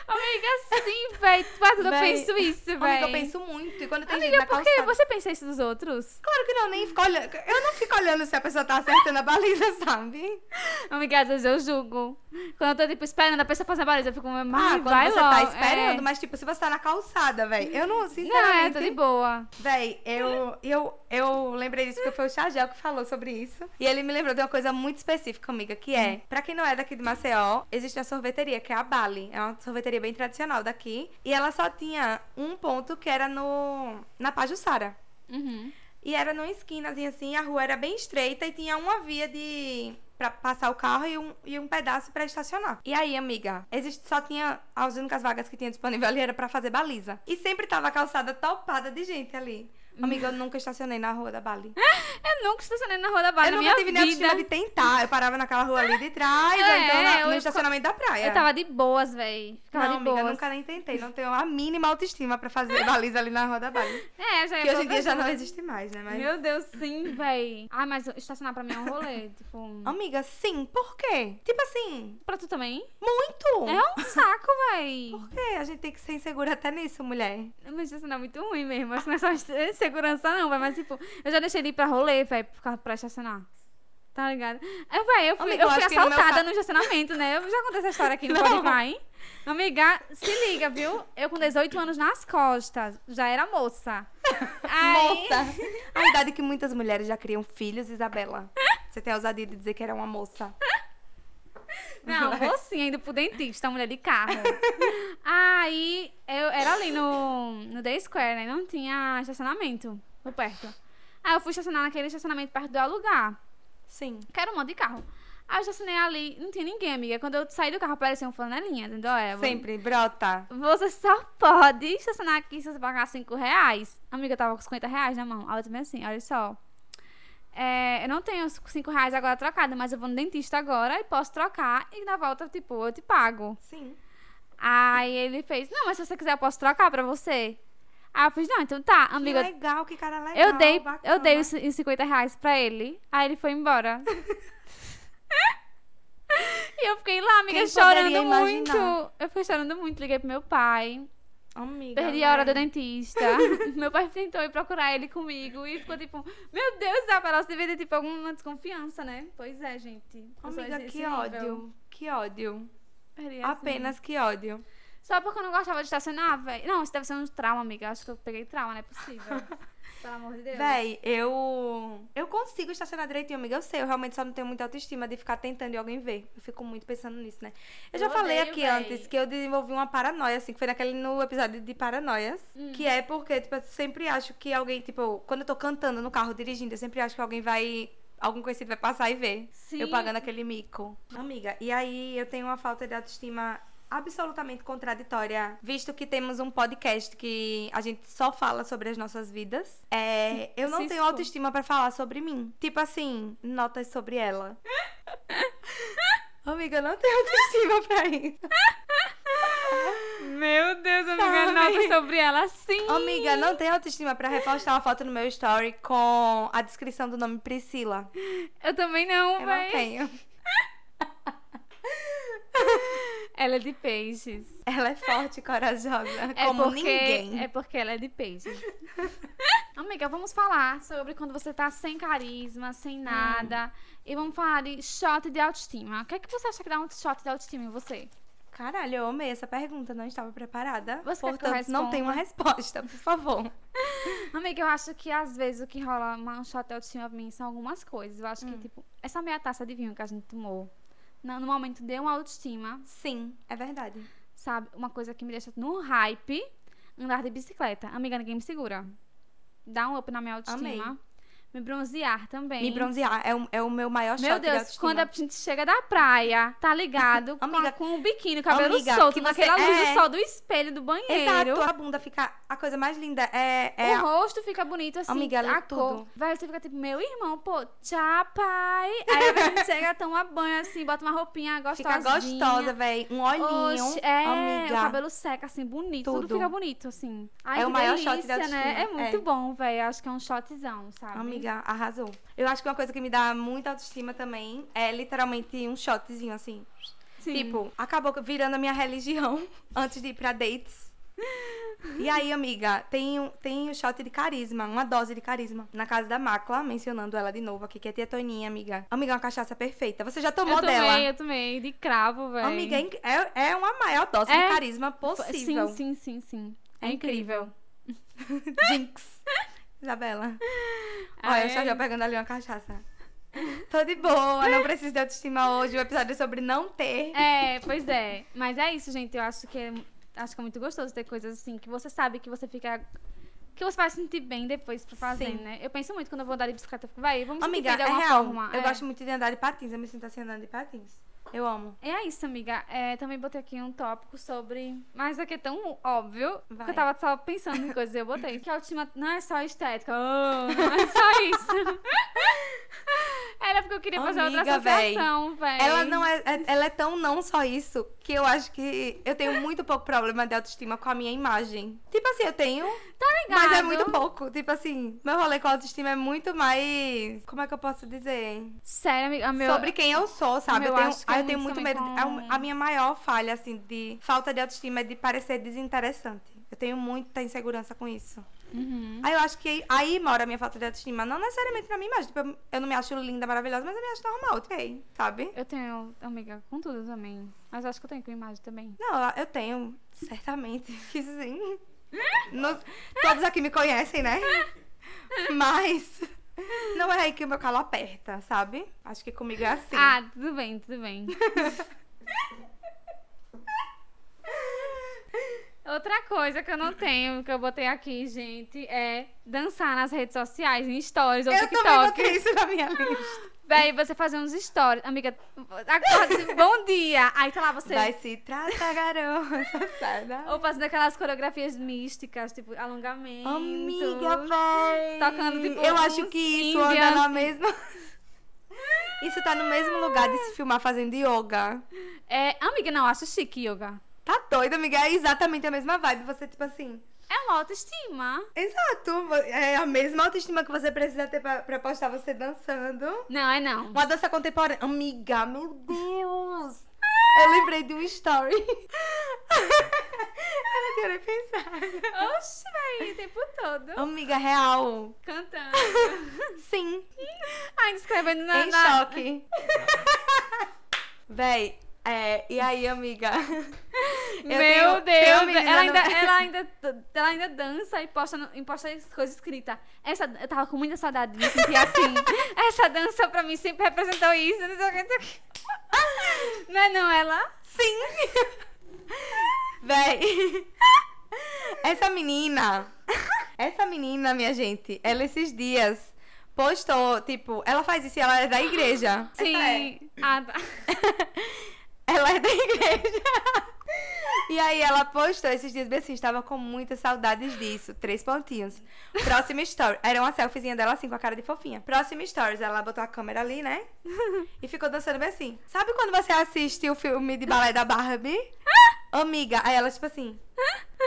Speaker 4: Amiga, sim, véi. Quase tudo eu
Speaker 3: Véi,
Speaker 4: penso isso, véi.
Speaker 3: Amiga, eu penso muito. E quando tem gente
Speaker 4: Amiga,
Speaker 3: na
Speaker 4: por
Speaker 3: calçada...
Speaker 4: que você pensa isso dos outros?
Speaker 3: Claro que não, nem fico olhando. Eu não fico olhando se a pessoa tá acertando a baliza, sabe?
Speaker 4: Amiga, às vezes eu julgo. Quando eu tô, tipo, esperando a pessoa fazer a baliza, eu fico, ah,
Speaker 3: Ah, quando
Speaker 4: vai
Speaker 3: você
Speaker 4: logo.
Speaker 3: tá esperando,
Speaker 4: é.
Speaker 3: mas tipo, se você tá na calçada, velho. Eu não,
Speaker 4: Não, é,
Speaker 3: sinceramente.
Speaker 4: tô de boa.
Speaker 3: Véi, eu, eu, eu lembrei disso porque foi o Chagel que falou sobre isso. E ele me lembrou de uma coisa muito específica, amiga, que é, pra quem não é daqui de Maceió, existe a sorveteria, que é a Bali. É uma sorveteria bem tradicional daqui. E ela só tinha um ponto que era no. na Pajuçara.
Speaker 4: Uhum.
Speaker 3: E era numa esquinazinha assim, a rua era bem estreita e tinha uma via de. Pra passar o carro e um, e um pedaço pra estacionar. E aí, amiga, existe, só tinha. As únicas vagas que tinha disponível ali era pra fazer baliza. E sempre tava a calçada topada de gente ali. Amiga, eu nunca estacionei na rua da Bali.
Speaker 4: Eu nunca estacionei na rua da Bala
Speaker 3: eu
Speaker 4: na
Speaker 3: nunca
Speaker 4: minha
Speaker 3: tive nem
Speaker 4: vida.
Speaker 3: autoestima de tentar. Eu parava naquela rua ali de trás, ou
Speaker 4: É,
Speaker 3: então na-
Speaker 4: eu-
Speaker 3: no estacionamento da praia.
Speaker 4: Eu tava de boas, véi. Ficava
Speaker 3: não,
Speaker 4: de
Speaker 3: amiga, eu
Speaker 4: boas.
Speaker 3: nunca nem tentei. Não tenho a mínima autoestima pra fazer baliza ali na rua da Bali.
Speaker 4: É, já ia
Speaker 3: Que hoje em
Speaker 4: pra outra
Speaker 3: dia já não
Speaker 4: coisa.
Speaker 3: existe mais, né? Mas...
Speaker 4: Meu Deus, sim, véi. Ah, mas estacionar pra mim é um rolê, tipo...
Speaker 3: Amiga, sim, por quê? Tipo assim,
Speaker 4: Pra tu também?
Speaker 3: muito!
Speaker 4: É um saco, véi.
Speaker 3: Por quê? A gente tem que ser insegura até nisso, mulher.
Speaker 4: Mas estacionar é muito ruim mesmo. Acho que não é só segurança, não, véi. Mas, tipo, eu já deixei de ir pra rolê, véi, por causa- pra estacionar. Tá ligado? É, véi, eu fui,
Speaker 3: Amiga,
Speaker 4: eu
Speaker 3: eu
Speaker 4: fui
Speaker 3: acho que no meu
Speaker 4: assaltada
Speaker 3: ca-
Speaker 4: no, estacionamento, né? Eu já contei essa história aqui no
Speaker 3: Não.
Speaker 4: Spotify. Amiga, se liga, viu? Eu com 18 anos nas costas. Já era moça. Aí,
Speaker 3: Moça! A idade que muitas mulheres já criam filhos, Isabela. Você tem a ousadia de dizer que era uma moça.
Speaker 4: Não, mocinha, indo pro dentista, mulher de carro. Aí, eu era ali no, no Day Square, né? Não tinha estacionamento por perto. Aí eu fui estacionar naquele estacionamento perto do alugar.
Speaker 3: Sim.
Speaker 4: Quero um monte de carro. Aí eu estacionei ali, não tinha ninguém, amiga. Quando eu saí do carro, apareceu um flanelinha, entendeu? Olha, vou-
Speaker 3: É, Sempre, brota.
Speaker 4: Você só pode estacionar aqui se você pagar 5 reais. Amiga, eu tava com 50 reais na mão. Ela disse assim, olha só. É, eu não tenho os 5 reais agora trocado, mas eu vou no dentista agora e posso trocar. E na volta, tipo, eu te pago.
Speaker 3: Sim.
Speaker 4: Aí ele fez, não, mas se você quiser eu posso trocar pra você. Aí eu fiz, não, então tá,
Speaker 3: Que
Speaker 4: amiga.
Speaker 3: legal, que cara legal.
Speaker 4: Eu dei, eu
Speaker 3: bacana.
Speaker 4: dei os os 50 reais pra ele. Aí ele foi embora. e eu fiquei lá, amiga,
Speaker 3: Quem poderia
Speaker 4: chorando muito.
Speaker 3: imaginar?
Speaker 4: Eu fiquei chorando muito. Liguei pro meu pai.
Speaker 3: Amiga,
Speaker 4: Perdi a hora do
Speaker 3: vai.
Speaker 4: dentista. meu pai tentou ir procurar ele comigo. E ficou tipo, meu Deus, Isabela, você devia ter tipo alguma desconfiança, né? Pois é, gente. Eu sou é
Speaker 3: Amiga,
Speaker 4: esse-
Speaker 3: que
Speaker 4: esse nível.
Speaker 3: ódio. Que ódio.
Speaker 4: Perdi assim. esse
Speaker 3: Apenas que ódio.
Speaker 4: Só porque eu não gostava de estacionar, velho. Não, isso deve ser um trauma, amiga. Acho que eu peguei trauma, não é possível. Pelo amor de Deus.
Speaker 3: Véi, eu. Eu consigo estacionar direitinho, amiga. Eu sei, eu realmente só não tenho muita autoestima de ficar tentando de alguém ver. Eu fico muito pensando nisso, né? Eu já
Speaker 4: Eu
Speaker 3: falei
Speaker 4: odeio,
Speaker 3: aqui
Speaker 4: véi.
Speaker 3: antes que eu desenvolvi uma paranoia, assim, que foi naquele no episódio de paranoias. Que é porque, tipo, eu sempre acho que alguém, tipo, quando eu tô cantando no carro dirigindo, eu sempre acho que alguém vai. Algum conhecido vai passar e ver.
Speaker 4: Sim.
Speaker 3: Eu pagando aquele mico. Amiga, e aí eu tenho uma falta de autoestima absolutamente contraditória, visto que temos um podcast que a gente só fala sobre as nossas vidas. É, eu não
Speaker 4: se
Speaker 3: tenho
Speaker 4: expor.
Speaker 3: autoestima pra falar sobre mim. Tipo assim, notas sobre ela. Amiga, eu não tenho autoestima pra isso.
Speaker 4: Meu Deus,
Speaker 3: Sabe?
Speaker 4: amiga, nota sobre ela sim.
Speaker 3: Amiga, não tenho autoestima pra repostar uma foto no meu story com a descrição do nome Priscila.
Speaker 4: Eu também não,
Speaker 3: Eu
Speaker 4: véi.
Speaker 3: não tenho.
Speaker 4: Ela é de peixes.
Speaker 3: Ela é forte e corajosa, como
Speaker 4: é porque,
Speaker 3: ninguém.
Speaker 4: É porque ela é de peixes. Amiga, vamos falar sobre quando você tá sem carisma, sem nada. E vamos falar de shot de autoestima. O que é que você acha que dá um shot de autoestima em você?
Speaker 3: Caralho, eu amei essa pergunta, não estava preparada.
Speaker 4: Você quer que eu
Speaker 3: Portanto, não tem uma resposta, por favor.
Speaker 4: Amiga, eu acho que às vezes o que rola uma- um shot de autoestima pra mim são algumas coisas. Eu acho que, tipo, essa meia taça de vinho que a gente tomou, na- no momento deu uma autoestima,
Speaker 3: Sim, é verdade.
Speaker 4: sabe? Uma coisa que me deixa no hype, andar de bicicleta. Amiga, ninguém me segura. Dá um up na minha autoestima.
Speaker 3: Amei.
Speaker 4: Me bronzear também.
Speaker 3: Me bronzear é o, é o meu maior choque
Speaker 4: Meu
Speaker 3: de
Speaker 4: Deus,
Speaker 3: autoestima.
Speaker 4: quando é a gente chega da praia, tá ligado?
Speaker 3: Amiga,
Speaker 4: com, com o biquíni, o cabelo
Speaker 3: amiga,
Speaker 4: solto,
Speaker 3: que
Speaker 4: naquela
Speaker 3: você-
Speaker 4: luz
Speaker 3: é.
Speaker 4: do sol do espelho do banheiro.
Speaker 3: Exato, a bunda fica... A coisa mais linda é...
Speaker 4: O
Speaker 3: é a-
Speaker 4: rosto fica bonito, assim,
Speaker 3: Amiga, é
Speaker 4: a
Speaker 3: tudo.
Speaker 4: cor. Vai, você fica tipo, meu irmão, pô, tchau, pai. Aí a gente chega, toma banho, assim, bota uma roupinha
Speaker 3: Fica
Speaker 4: gostosinha.
Speaker 3: gostosa, véi. Um olhinho,
Speaker 4: Oxe, é,
Speaker 3: amiga.
Speaker 4: o cabelo seca, assim, bonito. Tudo,
Speaker 3: Tudo.
Speaker 4: fica bonito, assim. Ai,
Speaker 3: É
Speaker 4: que
Speaker 3: o maior shot
Speaker 4: delícia,
Speaker 3: da
Speaker 4: né? É
Speaker 3: autoestima,
Speaker 4: muito
Speaker 3: é.
Speaker 4: bom, velho. Acho que é um shotzão, sabe?
Speaker 3: Amiga, arrasou. Eu acho que uma coisa que me dá muita autoestima também é literalmente um shotzinho, assim.
Speaker 4: Sim.
Speaker 3: Tipo, acabou virando a minha religião antes de ir pra dates. E aí, amiga, tem um, tem um shot de carisma, uma dose de carisma. Na casa da Macla, mencionando ela de novo aqui, que é tia Toninha, amiga. Amiga, é uma cachaça perfeita. Você já tomou
Speaker 4: eu tomei,
Speaker 3: dela?
Speaker 4: eu tomei, de cravo, velho.
Speaker 3: Amiga, é inc- é, é uma maior dose
Speaker 4: É.
Speaker 3: de carisma possível.
Speaker 4: Sim, sim, sim, sim.
Speaker 3: É incrível. Jinx. Isabela. Olha, eu já
Speaker 4: Ai.
Speaker 3: já pegando ali uma cachaça. Tô de boa, não preciso de autoestima hoje. O episódio é sobre não ter.
Speaker 4: É, pois é. Mas é isso, gente. Eu acho que é, acho que é muito gostoso ter coisas assim que você sabe que você fica. Que você vai se sentir bem depois pra fazer,
Speaker 3: Sim.
Speaker 4: né? Eu penso muito quando eu vou andar de bicicleta, eu fico, vai, vamos
Speaker 3: Amiga,
Speaker 4: sentir bem
Speaker 3: é
Speaker 4: de alguma
Speaker 3: real.
Speaker 4: forma.
Speaker 3: Eu
Speaker 4: é.
Speaker 3: gosto muito de andar de patins. Eu me sinto assim andando de patins. Eu amo.
Speaker 4: É isso, amiga. É, também botei aqui um tópico sobre. Mas aqui é tão óbvio
Speaker 3: Vai.
Speaker 4: que eu tava só pensando em coisas e eu botei. Que a última não é só estética. Oh, não é só isso. Era porque eu queria fazer outra
Speaker 3: Amiga, véi.
Speaker 4: associação, velho.
Speaker 3: Ela não é, é- ela é tão não só isso que eu acho que eu tenho muito pouco problema de autoestima com a minha imagem. Tipo assim, eu tenho,
Speaker 4: Tá ligado?
Speaker 3: mas é muito pouco. Tipo assim, meu rolê com a autoestima é muito mais, como é que eu posso dizer?
Speaker 4: Sério, amiga. a Meu...
Speaker 3: Sobre quem eu sou, sabe?
Speaker 4: Eu
Speaker 3: Eu tenho,
Speaker 4: acho que
Speaker 3: ah,
Speaker 4: é
Speaker 3: eu tenho
Speaker 4: muito
Speaker 3: muito
Speaker 4: também
Speaker 3: medo. de- é um-
Speaker 4: com-
Speaker 3: A minha maior falha, assim, de falta de autoestima é de parecer desinteressante. Eu tenho muita insegurança com isso.
Speaker 4: Uhum.
Speaker 3: Aí eu acho que aí mora a minha falta de autoestima. Não necessariamente na minha imagem. Tipo, eu- eu não me acho linda, maravilhosa, mas eu me acho normal, ok? Sabe?
Speaker 4: Eu tenho, amiga, com tudo também. Mas acho que eu tenho com imagem também.
Speaker 3: Não, eu tenho, certamente, que sim. No- todos aqui me conhecem, né? Mas não é aí que o meu calo aperta, sabe? Acho que comigo é assim.
Speaker 4: Ah, tudo bem, tudo bem. Outra coisa que eu não tenho, que eu botei aqui, gente, é dançar nas redes sociais, em stories ou
Speaker 3: eu também
Speaker 4: TikTok.
Speaker 3: botei isso na minha lista.
Speaker 4: Véi, você fazer uns stories. Amiga, acorda, bom dia. Aí tá lá você.
Speaker 3: Vai se tratar, garota. Sai da...
Speaker 4: Ou fazendo aquelas coreografias místicas, tipo alongamento.
Speaker 3: Amiga, véi.
Speaker 4: Tocando, tipo,
Speaker 3: Eu acho
Speaker 4: uns
Speaker 3: que isso
Speaker 4: índios,
Speaker 3: anda na
Speaker 4: assim.
Speaker 3: mesma. Isso tá no mesmo lugar de se filmar fazendo yoga.
Speaker 4: É, amiga, não, acho chique yoga.
Speaker 3: Tá doida, amiga? É exatamente a mesma vibe. Você, tipo assim.
Speaker 4: É uma autoestima.
Speaker 3: Exato. vo- É a mesma autoestima que você precisa ter pra, pra postar você dançando.
Speaker 4: Não, é não.
Speaker 3: Uma dança contemporânea. Amiga, meu Deus! Eu lembrei de um story. Eu não tinha nem pensado.
Speaker 4: Oxe, véi, o tempo todo.
Speaker 3: Amiga, real.
Speaker 4: Cantando.
Speaker 3: Sim.
Speaker 4: Ai, escrevendo na.
Speaker 3: em
Speaker 4: na-
Speaker 3: choque. Véi, é, e aí, amiga? Eu
Speaker 4: Meu
Speaker 3: tenho,
Speaker 4: Deus!
Speaker 3: Tenho a
Speaker 4: Ela,
Speaker 3: menina
Speaker 4: ainda,
Speaker 3: não-
Speaker 4: ela, ainda, ela ainda dança e posta, no- e posta as coisas escritas. Essa, eu tava com muita saudade de me sentir assim. Essa dança pra mim sempre representou isso. Não sei o que, não sei o que. Não é não, ela?
Speaker 3: Sim! Véi! Essa menina. Essa menina, minha gente, ela esses dias postou, tipo, ela faz isso e ela é da igreja. é.
Speaker 4: Sim. Ah, tá.
Speaker 3: Ela é da igreja. E aí ela postou esses dias bem assim, estava com muitas saudades disso. Três pontinhos. Próxima story. Era uma selfiezinha dela assim, com a cara de fofinha. Próxima stories, ela botou a câmera ali, né? E ficou dançando bem assim. Sabe quando você assiste o filme de balé da Barbie? Amiga, aí ela tipo assim.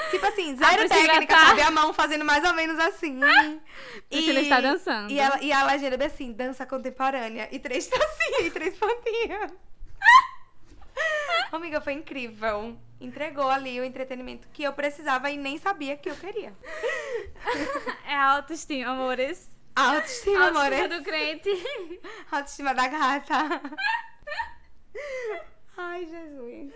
Speaker 3: Tipo assim, zero
Speaker 4: Priscila
Speaker 3: técnica,
Speaker 4: tá-
Speaker 3: sabe? A mão fazendo mais ou menos assim.
Speaker 4: Priscila está dançando.
Speaker 3: E, ela, e a legenda bem assim, dança contemporânea. E três tracinhos, e três pontinhos. Amiga, foi incrível. Entregou ali o entretenimento que eu precisava e nem sabia que eu queria.
Speaker 4: É a autoestima, amores.
Speaker 3: A autoestima, amor.
Speaker 4: Autoestima do crente.
Speaker 3: A autoestima da gata. Ai, Jesus.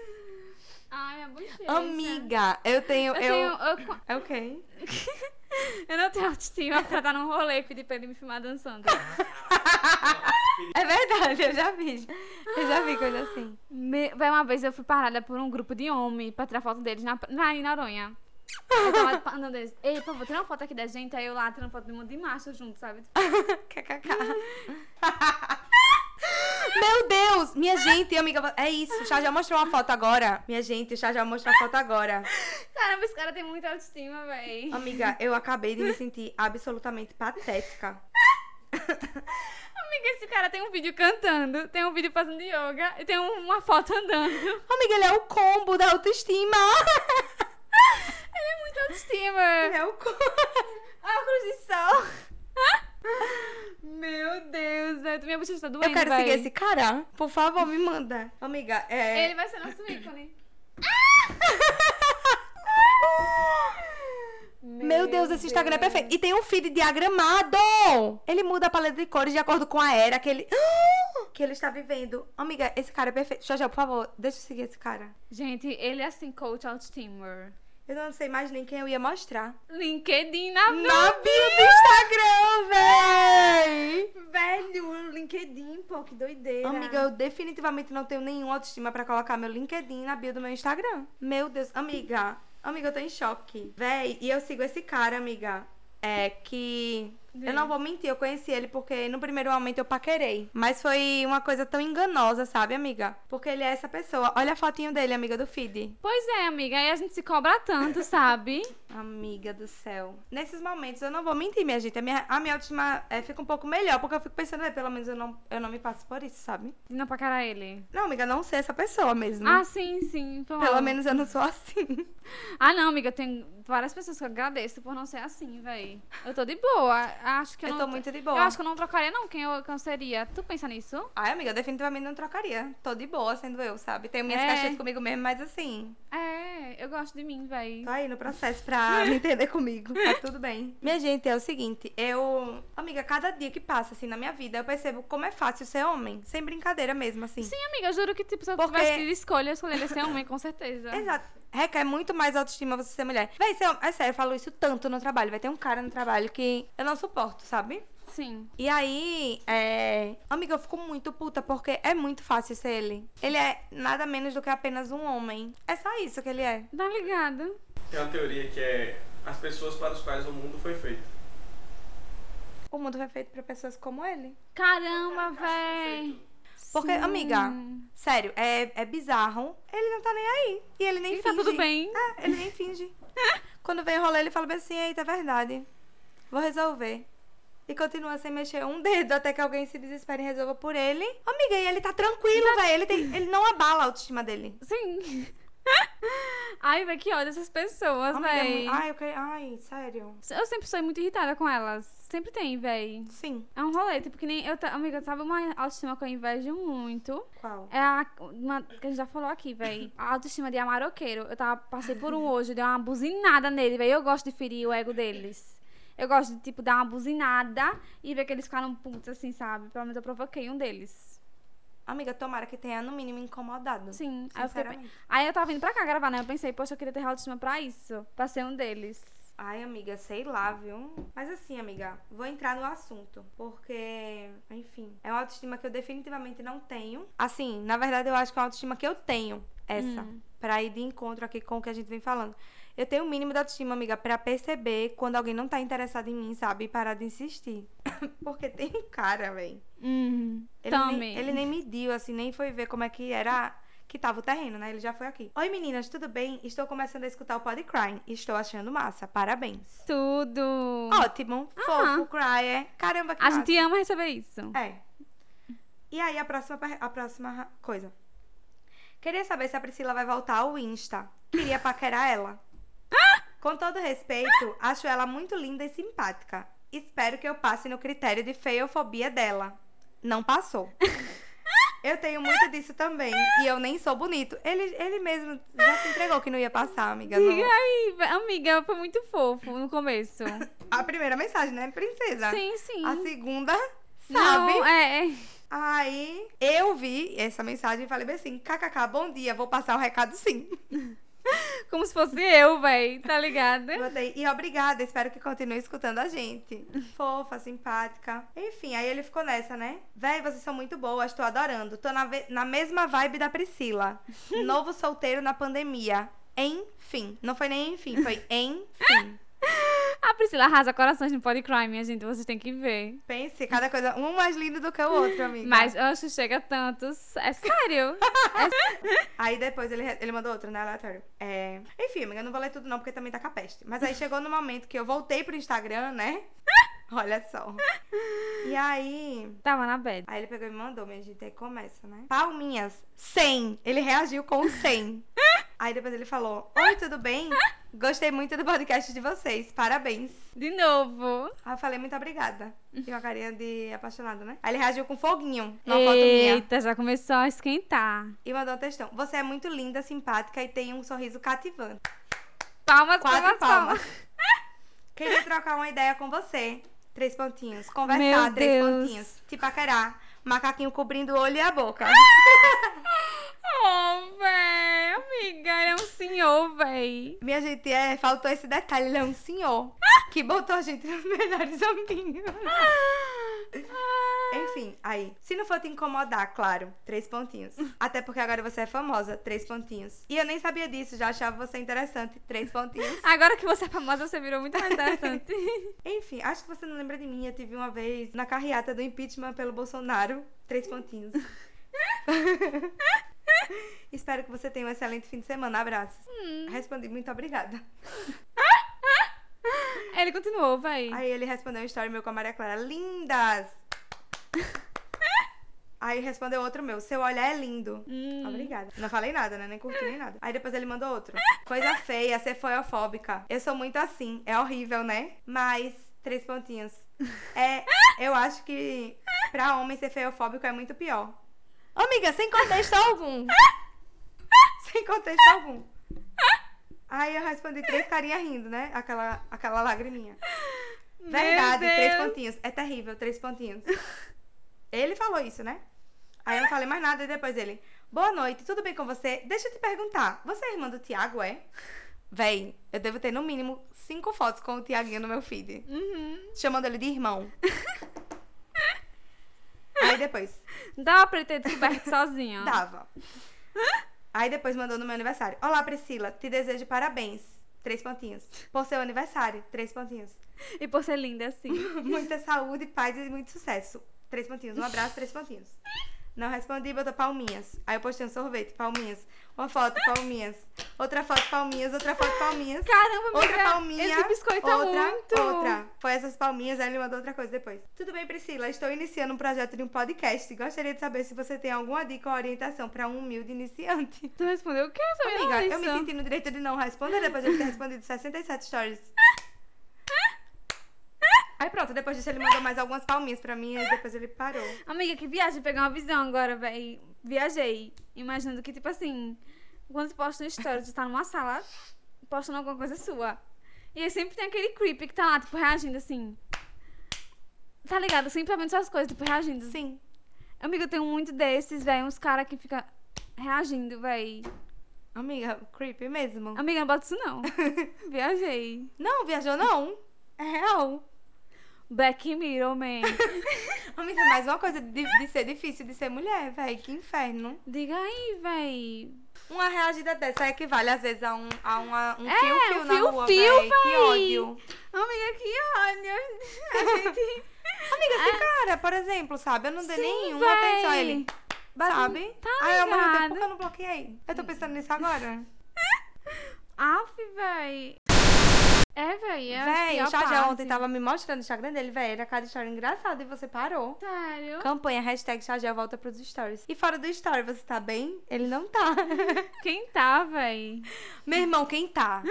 Speaker 4: Ai, minha bochecha.
Speaker 3: Amiga, eu tenho.
Speaker 4: Eu,
Speaker 3: Eu,
Speaker 4: tenho- eu-
Speaker 3: É o quê?
Speaker 4: eu não tenho autoestima pra estar num rolê e pedir pra ele me filmar dançando.
Speaker 3: É verdade, eu já vi. Eu já vi coisa assim.
Speaker 4: Me... Vai, uma vez eu fui parada por um grupo de homens pra tirar foto deles na, na, em Noronha. Eu tava andando eles. Ei, por favor, tira uma foto aqui da gente. Aí eu lá tirando foto de um monte de macho junto, sabe?
Speaker 3: KKK. Meu Deus! Minha gente, amiga, é isso. O Chá já mostrou uma foto agora. Minha gente, o Chá já mostrou a foto agora.
Speaker 4: Caramba, esse cara tem muita autoestima, véi.
Speaker 3: Amiga, eu acabei de me sentir absolutamente patética.
Speaker 4: Amiga, esse cara tem um vídeo cantando, tem um vídeo fazendo yoga e tem um- uma foto andando.
Speaker 3: Amiga, ele é o combo da autoestima.
Speaker 4: Ele é muito autoestima.
Speaker 3: Ele é o combo.
Speaker 4: Óculos de sol. Meu Deus, velho. Minha bochecha tá doendo,
Speaker 3: Eu quero
Speaker 4: véi.
Speaker 3: seguir esse cara. Por favor, me manda. Amiga, é.
Speaker 4: Ele vai ser nosso ícone.
Speaker 3: Meu Deus, esse Instagram é perfeito. E tem um feed diagramado. Ele muda a paleta de cores de acordo com a era que ele. Que ele está vivendo. Amiga, esse cara é perfeito. Jorge, por favor, deixa eu seguir esse cara.
Speaker 4: Gente, ele é assim, coach autoestima.
Speaker 3: Eu não sei mais nem quem eu ia mostrar.
Speaker 4: LinkedIn na
Speaker 3: Na bio do Instagram, véi!
Speaker 2: Velho, o LinkedIn, pô, que doideira.
Speaker 3: Amiga, eu definitivamente não tenho nenhuma autoestima pra colocar meu LinkedIn na bio do meu Instagram. Meu Deus, amiga. Amiga, eu tô em choque. Véi, e eu sigo esse cara, amiga. É que. Eu não vou mentir, eu conheci ele porque no primeiro momento eu paquerei. Mas foi uma coisa tão enganosa, sabe, amiga? Porque ele é essa pessoa. Olha a fotinho dele, amiga do feed.
Speaker 4: Pois é, amiga, aí a gente se cobra tanto, sabe?
Speaker 3: Amiga do céu. Nesses momentos, eu não vou mentir, minha gente. A minha, a minha última é, fica um pouco melhor, porque eu fico pensando, "Véi, pelo menos eu não, eu não me passo por isso, sabe?
Speaker 4: E não pra cara ele.
Speaker 3: Não, amiga, não ser essa pessoa mesmo.
Speaker 4: Ah, sim, sim. foi
Speaker 3: Uhum. Pelo
Speaker 4: mal.
Speaker 3: menos eu não sou assim.
Speaker 4: Ah, não, amiga, tem várias pessoas que eu agradeço por não ser assim, véi. Eu tô de boa. Acho que eu,
Speaker 3: Eu
Speaker 4: não.
Speaker 3: tô muito de boa.
Speaker 4: Eu acho que eu não trocaria, não, quem eu, quem eu seria. Tu pensa nisso?
Speaker 3: Ai, amiga, eu definitivamente não trocaria. Tô de boa sendo eu, sabe? Tenho minhas
Speaker 4: É.
Speaker 3: caixas comigo mesmo, mas assim,
Speaker 4: É, eu gosto de mim, véi.
Speaker 3: tô aí no processo pra me entender comigo. Tá tudo bem. Minha gente, é o seguinte, eu. Amiga, cada dia que passa, assim, na minha vida, eu percebo como é fácil ser homem. Sem brincadeira mesmo, assim.
Speaker 4: Sim, amiga, eu juro que tipo, se eu
Speaker 3: Porque-
Speaker 4: tivesse tido escolha, eu escolheria ser homem, com certeza.
Speaker 3: Exato. Requer muito mais autoestima você ser mulher. Véi, ser homem. É sério, eu falo isso tanto no trabalho. Vai ter um cara no trabalho que eu não suporto, sabe?
Speaker 4: Sim.
Speaker 3: E aí, é... amiga, eu fico muito puta porque é muito fácil ser ele. Ele é nada menos do que apenas um homem. É só isso que ele é.
Speaker 4: Tá ligado?
Speaker 6: Tem uma teoria que é as pessoas para as quais o mundo foi feito.
Speaker 3: O mundo foi feito pra pessoas como ele.
Speaker 4: Caramba, véi.
Speaker 3: Porque,
Speaker 4: Sim.
Speaker 3: amiga, sério, é, é bizarro. Ele não tá nem aí. E ele nem
Speaker 4: E tá
Speaker 3: finge.
Speaker 4: tudo bem.
Speaker 3: É, ele nem finge. Quando vem rolar, ele fala bem assim, eita, é verdade. Vou resolver. E continua sem mexer um dedo até que alguém se desespere e resolva por ele. Amiga, e ele tá tranquilo, velho. Ele, tem- ele não abala a autoestima dele.
Speaker 4: Sim. Ai, velho, que ódio essas pessoas,
Speaker 3: Amiga, é
Speaker 4: véi.
Speaker 3: mu- Ai, eu que- Ai, sério.
Speaker 4: Eu sempre sou muito irritada com elas. Sempre tem, véi.
Speaker 3: Sim.
Speaker 4: É um rolê, tipo, que nem eu. ta- Amiga, sabe uma autoestima que eu invejo muito?
Speaker 3: Qual?
Speaker 4: É a. Uma, que a gente já falou aqui, véi. A autoestima de amaroqueiro. Eu tava, passei por um hoje, dei uma buzinada nele, véi. Eu gosto de ferir o ego deles. Eu gosto de, tipo, dar uma buzinada e ver que eles ficaram putos, assim, sabe? Pelo menos eu provoquei um deles.
Speaker 3: Amiga, tomara que tenha no mínimo incomodado.
Speaker 4: Sim, aí eu, fiquei... pe-
Speaker 3: Sinceramente.
Speaker 4: aí eu tava vindo pra cá gravar, né? Eu pensei, poxa, eu queria ter autoestima pra isso. Pra ser um deles.
Speaker 3: Ai, amiga, sei lá, viu? Mas assim, amiga, vou entrar no assunto. Porque, enfim, é uma autoestima que eu definitivamente não tenho. Assim, na verdade, eu acho que é uma autoestima que eu tenho. Essa. Pra ir de encontro aqui com o que a gente vem falando. Eu tenho o mínimo da autoestima, amiga, pra perceber quando alguém não tá interessado em mim, sabe? E parar de insistir. porque tem um cara, véi.
Speaker 4: Hum.
Speaker 3: Uhum. Ele
Speaker 4: Também.
Speaker 3: nem, ele nem mediu, assim, nem foi ver como é que era. Que tava o terreno, né? Ele já foi aqui. Oi, meninas, tudo bem? Estou começando a escutar o Pod Crime. Estou achando massa. Parabéns.
Speaker 4: Tudo.
Speaker 3: Ótimo. Fofo, Cryer. Caramba, que
Speaker 4: Ah. a
Speaker 3: massa.
Speaker 4: gente ama receber isso.
Speaker 3: É. E aí, a próxima, per- a próxima ra- coisa. Queria saber se a Priscila vai voltar ao Insta. Queria paquerar ela. Com todo respeito, acho ela muito linda e simpática. Espero que eu passe no critério de feiofobia dela. Não passou. Eu tenho muito disso também. E eu nem sou bonito. Ele, ele mesmo já se entregou que não ia passar, amiga. não-
Speaker 4: Diga aí, vai- amiga, foi muito fofo no começo.
Speaker 3: A primeira mensagem, né, princesa?
Speaker 4: sim, sim.
Speaker 3: A segunda, sabe?
Speaker 4: Não, é. é.
Speaker 3: Aí eu vi essa mensagem e falei bem assim: kkk, bom dia, vou passar o recado sim.
Speaker 4: Como se fosse eu, véi, tá ligada?
Speaker 3: Botei, e obrigada, espero que continue escutando a gente. Fofa, simpática. Enfim, aí ele ficou nessa, né? Véi, vocês são muito boas, tô adorando. Tô na, ve- na mesma vibe da Priscila. Novo solteiro na pandemia. Enfim. Não foi nem enfim, foi enfim.
Speaker 4: A Priscila arrasa corações no Podcrime, minha gente, vocês têm que ver.
Speaker 3: Pense, cada coisa, um mais lindo do que o outro, amiga.
Speaker 4: Mas, oxe, chega a tantos. É sério.
Speaker 3: Aí depois ele, ele mandou outro, né? Aleatório. É... Enfim, amiga, eu não vou ler tudo não, porque também tá com a peste. Mas aí chegou no momento que eu voltei pro Instagram, né? Olha só. E aí.
Speaker 4: Tava na bed.
Speaker 3: Aí ele pegou e me mandou, minha gente. Aí começa, né? Palminhas, 100. Ele reagiu com 100. Aí depois ele falou: Oi, tudo bem? Gostei muito do podcast de vocês. Parabéns.
Speaker 4: De novo.
Speaker 3: Aí eu falei: Muito obrigada. E uma carinha de apaixonado, né? Aí ele reagiu com foguinho. Uma foto minha.
Speaker 4: Eita, já começou a esquentar.
Speaker 3: E mandou um textão. Você é muito linda, simpática e tem um sorriso cativante.
Speaker 4: Palmas,
Speaker 3: Quatro
Speaker 4: palmas, palmas.
Speaker 3: palmas. Queria trocar uma ideia com você. Três pontinhos. Conversar,
Speaker 4: Meu
Speaker 3: três
Speaker 4: Deus.
Speaker 3: pontinhos. Te paquerar. Macaquinho cobrindo o olho e a boca.
Speaker 4: Oh, véi, amiga, ele é um senhor, véi.
Speaker 3: Minha gente, é, faltou esse detalhe. Ele é um senhor que botou a gente nos melhores amigos.
Speaker 4: Ah.
Speaker 3: Enfim, aí. Se não for te incomodar, claro. Três pontinhos. Até porque agora você é famosa. Três pontinhos. E eu nem sabia disso. Já achava você interessante. Três pontinhos.
Speaker 4: Agora que você é famosa, você virou muito mais interessante.
Speaker 3: Enfim, acho que você não lembra de mim. Eu tive uma vez na carreata do impeachment pelo Bolsonaro. Três pontinhos. Espero que você tenha um excelente fim de semana. Abraços. Respondi, muito obrigada.
Speaker 4: ele continuou, véi.
Speaker 3: Aí ele respondeu um story meu com a Maria Clara. Lindas! Aí respondeu outro meu. Seu olhar é lindo.
Speaker 4: Hum.
Speaker 3: Obrigada. Não falei nada, né? Nem curti nem nada. Aí depois ele mandou outro. Coisa feia, ser foiofóbica. Eu sou muito assim. É horrível, né? Mas, três pontinhos. É, eu acho que pra homem ser feiofóbico é muito pior. Ô, Amiga, sem contexto algum. sem contexto algum. Aí eu respondi três carinhas rindo, né? Aquela, aquela lagriminha. Verdade, três
Speaker 4: Deus.
Speaker 3: pontinhos. É terrível, três pontinhos. Ele falou isso, né? Aí eu não falei mais nada e depois ele. Boa noite, tudo bem com você? Deixa eu te perguntar, você é irmã do Tiago, é? Véi, eu devo ter no mínimo cinco fotos com o Tiaguinho no meu feed.
Speaker 4: Uhum.
Speaker 3: Chamando ele de irmão. Aí depois,
Speaker 4: Dava pra ele ter descoberto sozinho.
Speaker 3: dava. Aí depois mandou no meu aniversário. Olá, Priscila, te desejo parabéns. Três pontinhos. Por seu aniversário, três pontinhos.
Speaker 4: E por ser linda assim.
Speaker 3: Muita saúde, paz e muito sucesso. Três pontinhos. Um abraço, três pontinhos. Não respondi, botou palminhas. Aí eu postei um sorvete, palminhas. Uma foto, palminhas. Outra foto, palminhas. Outra foto, palminhas.
Speaker 4: Caramba, amiga.
Speaker 3: Outra palminha.
Speaker 4: Esse biscoito é
Speaker 3: outra,
Speaker 4: muito.
Speaker 3: Outra. Foi essas palminhas, aí ele mandou outra coisa depois. Tudo bem, Priscila? Estou iniciando um projeto de um podcast. Gostaria de saber se você tem alguma dica ou orientação para um humilde iniciante.
Speaker 4: Tu respondeu o quê? Eu sabia
Speaker 3: Amiga,
Speaker 4: disso.
Speaker 3: eu me senti no direito de não responder depois de eu ter respondido 67 stories. Aí pronto, depois disso ele mandou mais algumas palminhas pra mim e depois ele parou.
Speaker 4: Amiga, que viagem. Peguei uma visão agora, véi. Viajei. Imaginando que, tipo assim, quando tu posta no story, tu tá numa sala postando alguma coisa sua. E aí sempre tem aquele creep que tá lá, tipo, reagindo assim. Tá ligado? Sempre vendo suas coisas, tipo, reagindo.
Speaker 3: Sim.
Speaker 4: Amiga, eu tenho muito desses, velho. Uns caras que fica reagindo, velho.
Speaker 3: Amiga, creepy mesmo.
Speaker 4: Amiga, não bota isso não. Viajei.
Speaker 3: Não, viajou não. É real.
Speaker 4: Black Mirror, man.
Speaker 3: Amiga, mais uma coisa de, de ser difícil de ser mulher, véi. Que inferno.
Speaker 4: Diga aí, véi.
Speaker 3: Uma reagida dessa equivale, às vezes, a um, a uma, um
Speaker 4: É,
Speaker 3: fio-fio
Speaker 4: um
Speaker 3: na rua,
Speaker 4: fio-fio,
Speaker 3: véi. Que
Speaker 4: véi.
Speaker 3: ódio.
Speaker 4: Amiga, que ódio. A gente...
Speaker 3: Amiga, esse cara, por exemplo, sabe? Eu não dei
Speaker 4: É. Sim,
Speaker 3: nenhuma
Speaker 4: véi.
Speaker 3: atenção a ele. Sabe?
Speaker 4: tá
Speaker 3: Aí, ao mesmo tempo, por que
Speaker 4: ligado.
Speaker 3: eu não bloqueei? Eu tô pensando nisso agora.
Speaker 4: Aff, véi. É, véi. É a
Speaker 3: Véi, o
Speaker 4: pior
Speaker 3: Chajá
Speaker 4: parte.
Speaker 3: ontem tava me mostrando o Instagram dele, véi. Era cada história engraçada e você parou.
Speaker 4: Sério?
Speaker 3: Campanha, hashtag Chajá volta pros stories. E fora do story, você tá bem? Ele não tá.
Speaker 4: Quem tá, véi?
Speaker 3: Meu irmão, quem tá?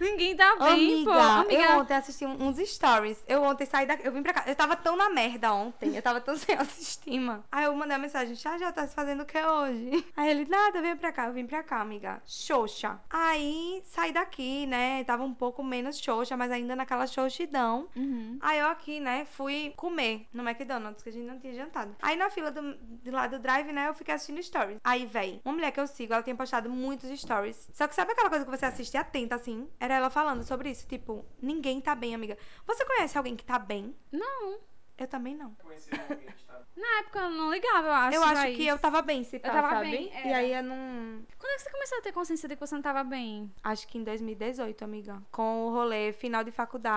Speaker 4: Ninguém tá bem,
Speaker 3: Amiga,
Speaker 4: pô.
Speaker 3: eu ontem assisti um- uns stories. Eu ontem saí da. Eu vim pra cá. Eu tava tão na merda ontem. Eu tava tão sem autoestima. Aí eu mandei uma mensagem: Já já tá se fazendo o que hoje? Aí ele: Nada, vem pra cá. Eu vim pra cá, amiga. Xoxa. Aí saí daqui, né? Tava um pouco menos xoxa, mas ainda naquela xoxidão.
Speaker 4: Uhum.
Speaker 3: Aí eu aqui, né, fui comer no McDonald's, que a gente não tinha jantado. Aí na fila do, de lá do drive, né, eu fiquei assistindo stories. Aí, véi, uma mulher que eu sigo, ela tem postado muitos stories. Só que sabe aquela coisa que você assiste atenta, assim? Era ela falando sobre isso, tipo, ninguém tá bem, amiga. Você conhece alguém que tá bem?
Speaker 4: Não.
Speaker 3: Eu também não.
Speaker 5: Conhecer o ambiente, tá?
Speaker 4: Na época eu não ligava, eu acho.
Speaker 3: eu acho
Speaker 4: véi.
Speaker 3: que eu tava bem, se pá,
Speaker 4: tava
Speaker 3: sabe?
Speaker 4: bem,
Speaker 3: E
Speaker 4: era.
Speaker 3: aí eu não...
Speaker 4: Quando é que você começou a ter consciência de que você não tava bem?
Speaker 3: Acho que em 2018, amiga. Com o rolê final de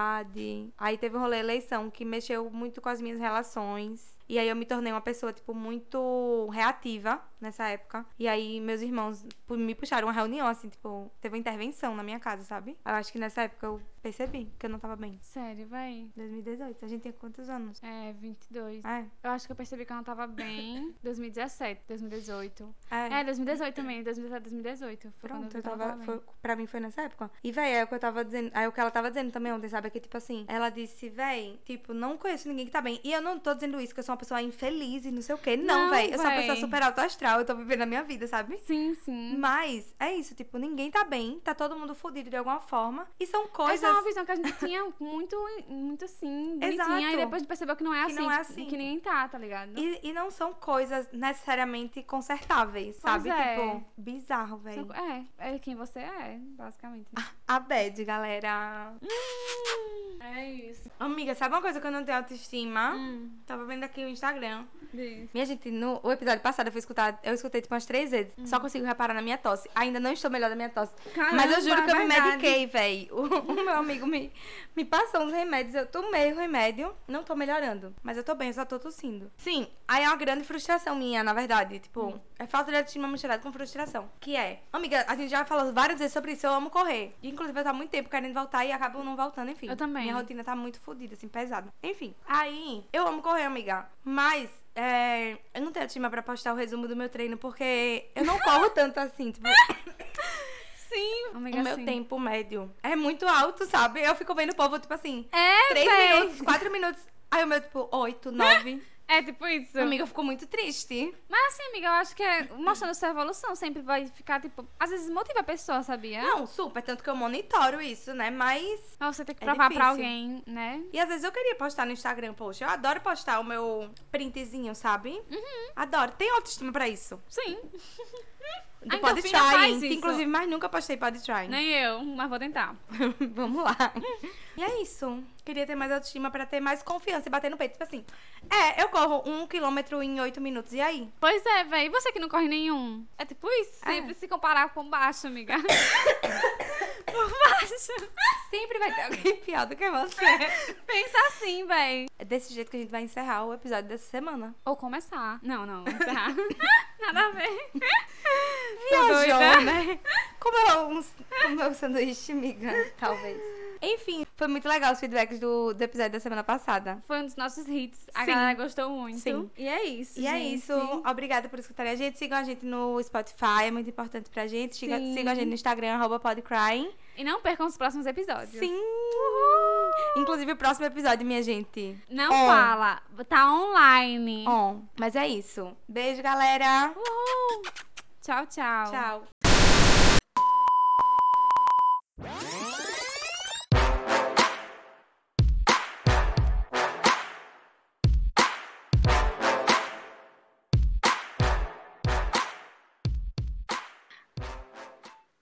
Speaker 3: faculdade. Aí teve o rolê eleição, que mexeu muito com as minhas relações. E aí eu me tornei uma pessoa, tipo, muito reativa nessa época. E aí meus irmãos pu- me puxaram uma reunião, assim, tipo, teve uma intervenção na minha casa, sabe? Eu acho que nessa época eu percebi que eu não tava bem.
Speaker 4: Sério, véi.
Speaker 3: 2018, a gente tem quantos anos?
Speaker 4: É, 22.
Speaker 3: É,
Speaker 4: Eu acho que eu percebi que eu não tava bem. 2017, 2018.
Speaker 3: é.
Speaker 4: É, 2018 também. 2017, 2018. Foi quando
Speaker 3: Pronto,
Speaker 4: vi
Speaker 3: eu
Speaker 4: que eu não
Speaker 3: tava.
Speaker 4: bem.
Speaker 3: Foi, pra mim foi nessa época. E, véi, é o que eu tava dizendo. Aí o que ela tava dizendo também ontem, sabe? É que, tipo assim, ela disse, véi, tipo, não conheço ninguém que tá bem. E eu não tô dizendo isso, que eu sou uma pessoa infeliz e não sei o quê. Não,
Speaker 4: Não,
Speaker 3: véi. Eu sou uma
Speaker 4: véi.
Speaker 3: pessoa super alto astral, eu tô vivendo a minha vida, sabe?
Speaker 4: Sim, sim.
Speaker 3: Mas é isso, tipo, ninguém tá bem, tá todo mundo fudido de alguma forma. E são coisas.
Speaker 4: Essa é uma visão que a gente tinha muito, muito assim, bonitinha.
Speaker 3: Exato.
Speaker 4: E depois percebeu que não é
Speaker 3: Que
Speaker 4: assim.
Speaker 3: não é
Speaker 4: tipo,
Speaker 3: assim.
Speaker 4: Que ninguém tá, tá ligado?
Speaker 3: E, e não são coisas necessariamente consertáveis, sabe?
Speaker 4: é.
Speaker 3: Tipo, bizarro, véi.
Speaker 4: Só- É, é quem você é, basicamente.
Speaker 3: A bad, galera.
Speaker 4: É isso.
Speaker 3: Amiga, sabe uma coisa que eu não tenho autoestima?
Speaker 4: Hum.
Speaker 3: Tava vendo aqui o Instagram.
Speaker 4: Diz.
Speaker 3: Minha gente, no o episódio passado eu fui escutar, eu escutei tipo umas três vezes. Só consigo reparar na minha tosse. Ainda não estou melhor da minha tosse.
Speaker 4: Hum. Caramba,
Speaker 3: Mas eu juro que eu me
Speaker 4: verdade.
Speaker 3: mediquei, véi. O, o meu amigo me, me passou uns remédios. Eu tomei o remédio, não tô melhorando. Mas eu tô bem, eu só tô tossindo. Sim, aí é uma grande frustração minha, na verdade. Tipo,
Speaker 4: Hum.
Speaker 3: é falta de autoestima misturada com frustração. Que é, amiga, a gente já falou várias vezes sobre isso. Eu amo correr. E, Inclusive, eu tô há muito tempo querendo voltar e acabo não voltando, enfim.
Speaker 4: Eu também.
Speaker 3: Minha rotina tá muito fodida, assim, pesada. Enfim, aí, eu amo correr, amiga. Mas. é, eu não tenho autoestima pra postar o resumo do meu treino, porque eu não corro tanto assim. Tipo,
Speaker 4: Sim. Amiga,
Speaker 3: o meu
Speaker 4: sim.
Speaker 3: tempo médio é muito alto, sabe? Eu fico vendo o povo, tipo assim,
Speaker 4: É,
Speaker 3: três
Speaker 4: véi.
Speaker 3: minutos, quatro minutos. Aí o meu, tipo, oito, nove.
Speaker 4: É tipo isso.
Speaker 3: Amiga, eu fico muito triste.
Speaker 4: Mas assim, amiga, eu acho que é, mostrando sua evolução sempre vai ficar, tipo... Às vezes motiva a pessoa, sabia?
Speaker 3: Não, super, tanto que eu monitoro isso, né? Mas.
Speaker 4: Mas você tem que
Speaker 3: É
Speaker 4: provar pra
Speaker 3: difícil.
Speaker 4: alguém, né?
Speaker 3: E às vezes eu queria postar no Instagram, poxa, eu adoro postar o meu printzinho, sabe?
Speaker 4: Hum?
Speaker 3: Uhum. Adoro. Tem autoestima pra isso.
Speaker 4: Sim.
Speaker 3: Do
Speaker 4: Ainda
Speaker 3: Pod
Speaker 4: bem que faz
Speaker 3: Trying, que
Speaker 4: isso.
Speaker 3: inclusive mais nunca postei Pod Trying.
Speaker 4: Nem eu, mas vou tentar.
Speaker 3: Vamos lá. E é isso. Queria ter mais autoestima pra ter mais confiança e bater no peito. Tipo assim, é, eu corro um quilômetro em oito minutos, e aí?
Speaker 4: Pois é, véi. E você que não corre nenhum? É tipo isso.
Speaker 3: É.
Speaker 4: Sempre se comparar com baixo, amiga. Por baixo.
Speaker 3: Sempre vai ter alguém pior do que você.
Speaker 4: Pensa assim, véi.
Speaker 3: É desse jeito que a gente vai encerrar o episódio dessa semana.
Speaker 4: Ou começar. Não, não. Encerrar. Nada a ver.
Speaker 3: Viajou,
Speaker 4: doida.
Speaker 3: né? Comeu um, comeu um sanduíche, amiga,
Speaker 4: Tá.
Speaker 3: talvez. Enfim, foi muito legal os feedbacks do, do episódio da semana passada.
Speaker 4: Foi um dos nossos hits. A
Speaker 3: Sim.
Speaker 4: galera gostou muito.
Speaker 3: Sim.
Speaker 4: E é isso,
Speaker 3: E é
Speaker 4: gente.
Speaker 3: isso. Obrigada por escutarem a gente. Sigam a gente no Spotify, é muito importante pra gente. Siga-
Speaker 4: Sim.
Speaker 3: sigam a gente no Instagram, arroba podcrying.
Speaker 4: E não percam os próximos episódios.
Speaker 3: Sim! Inclusive o próximo episódio, minha gente.
Speaker 4: Não
Speaker 3: On.
Speaker 4: fala. Tá online.
Speaker 3: On. Mas é isso. Beijo, galera.
Speaker 4: Uhul. Tchau, tchau.
Speaker 3: Tchau.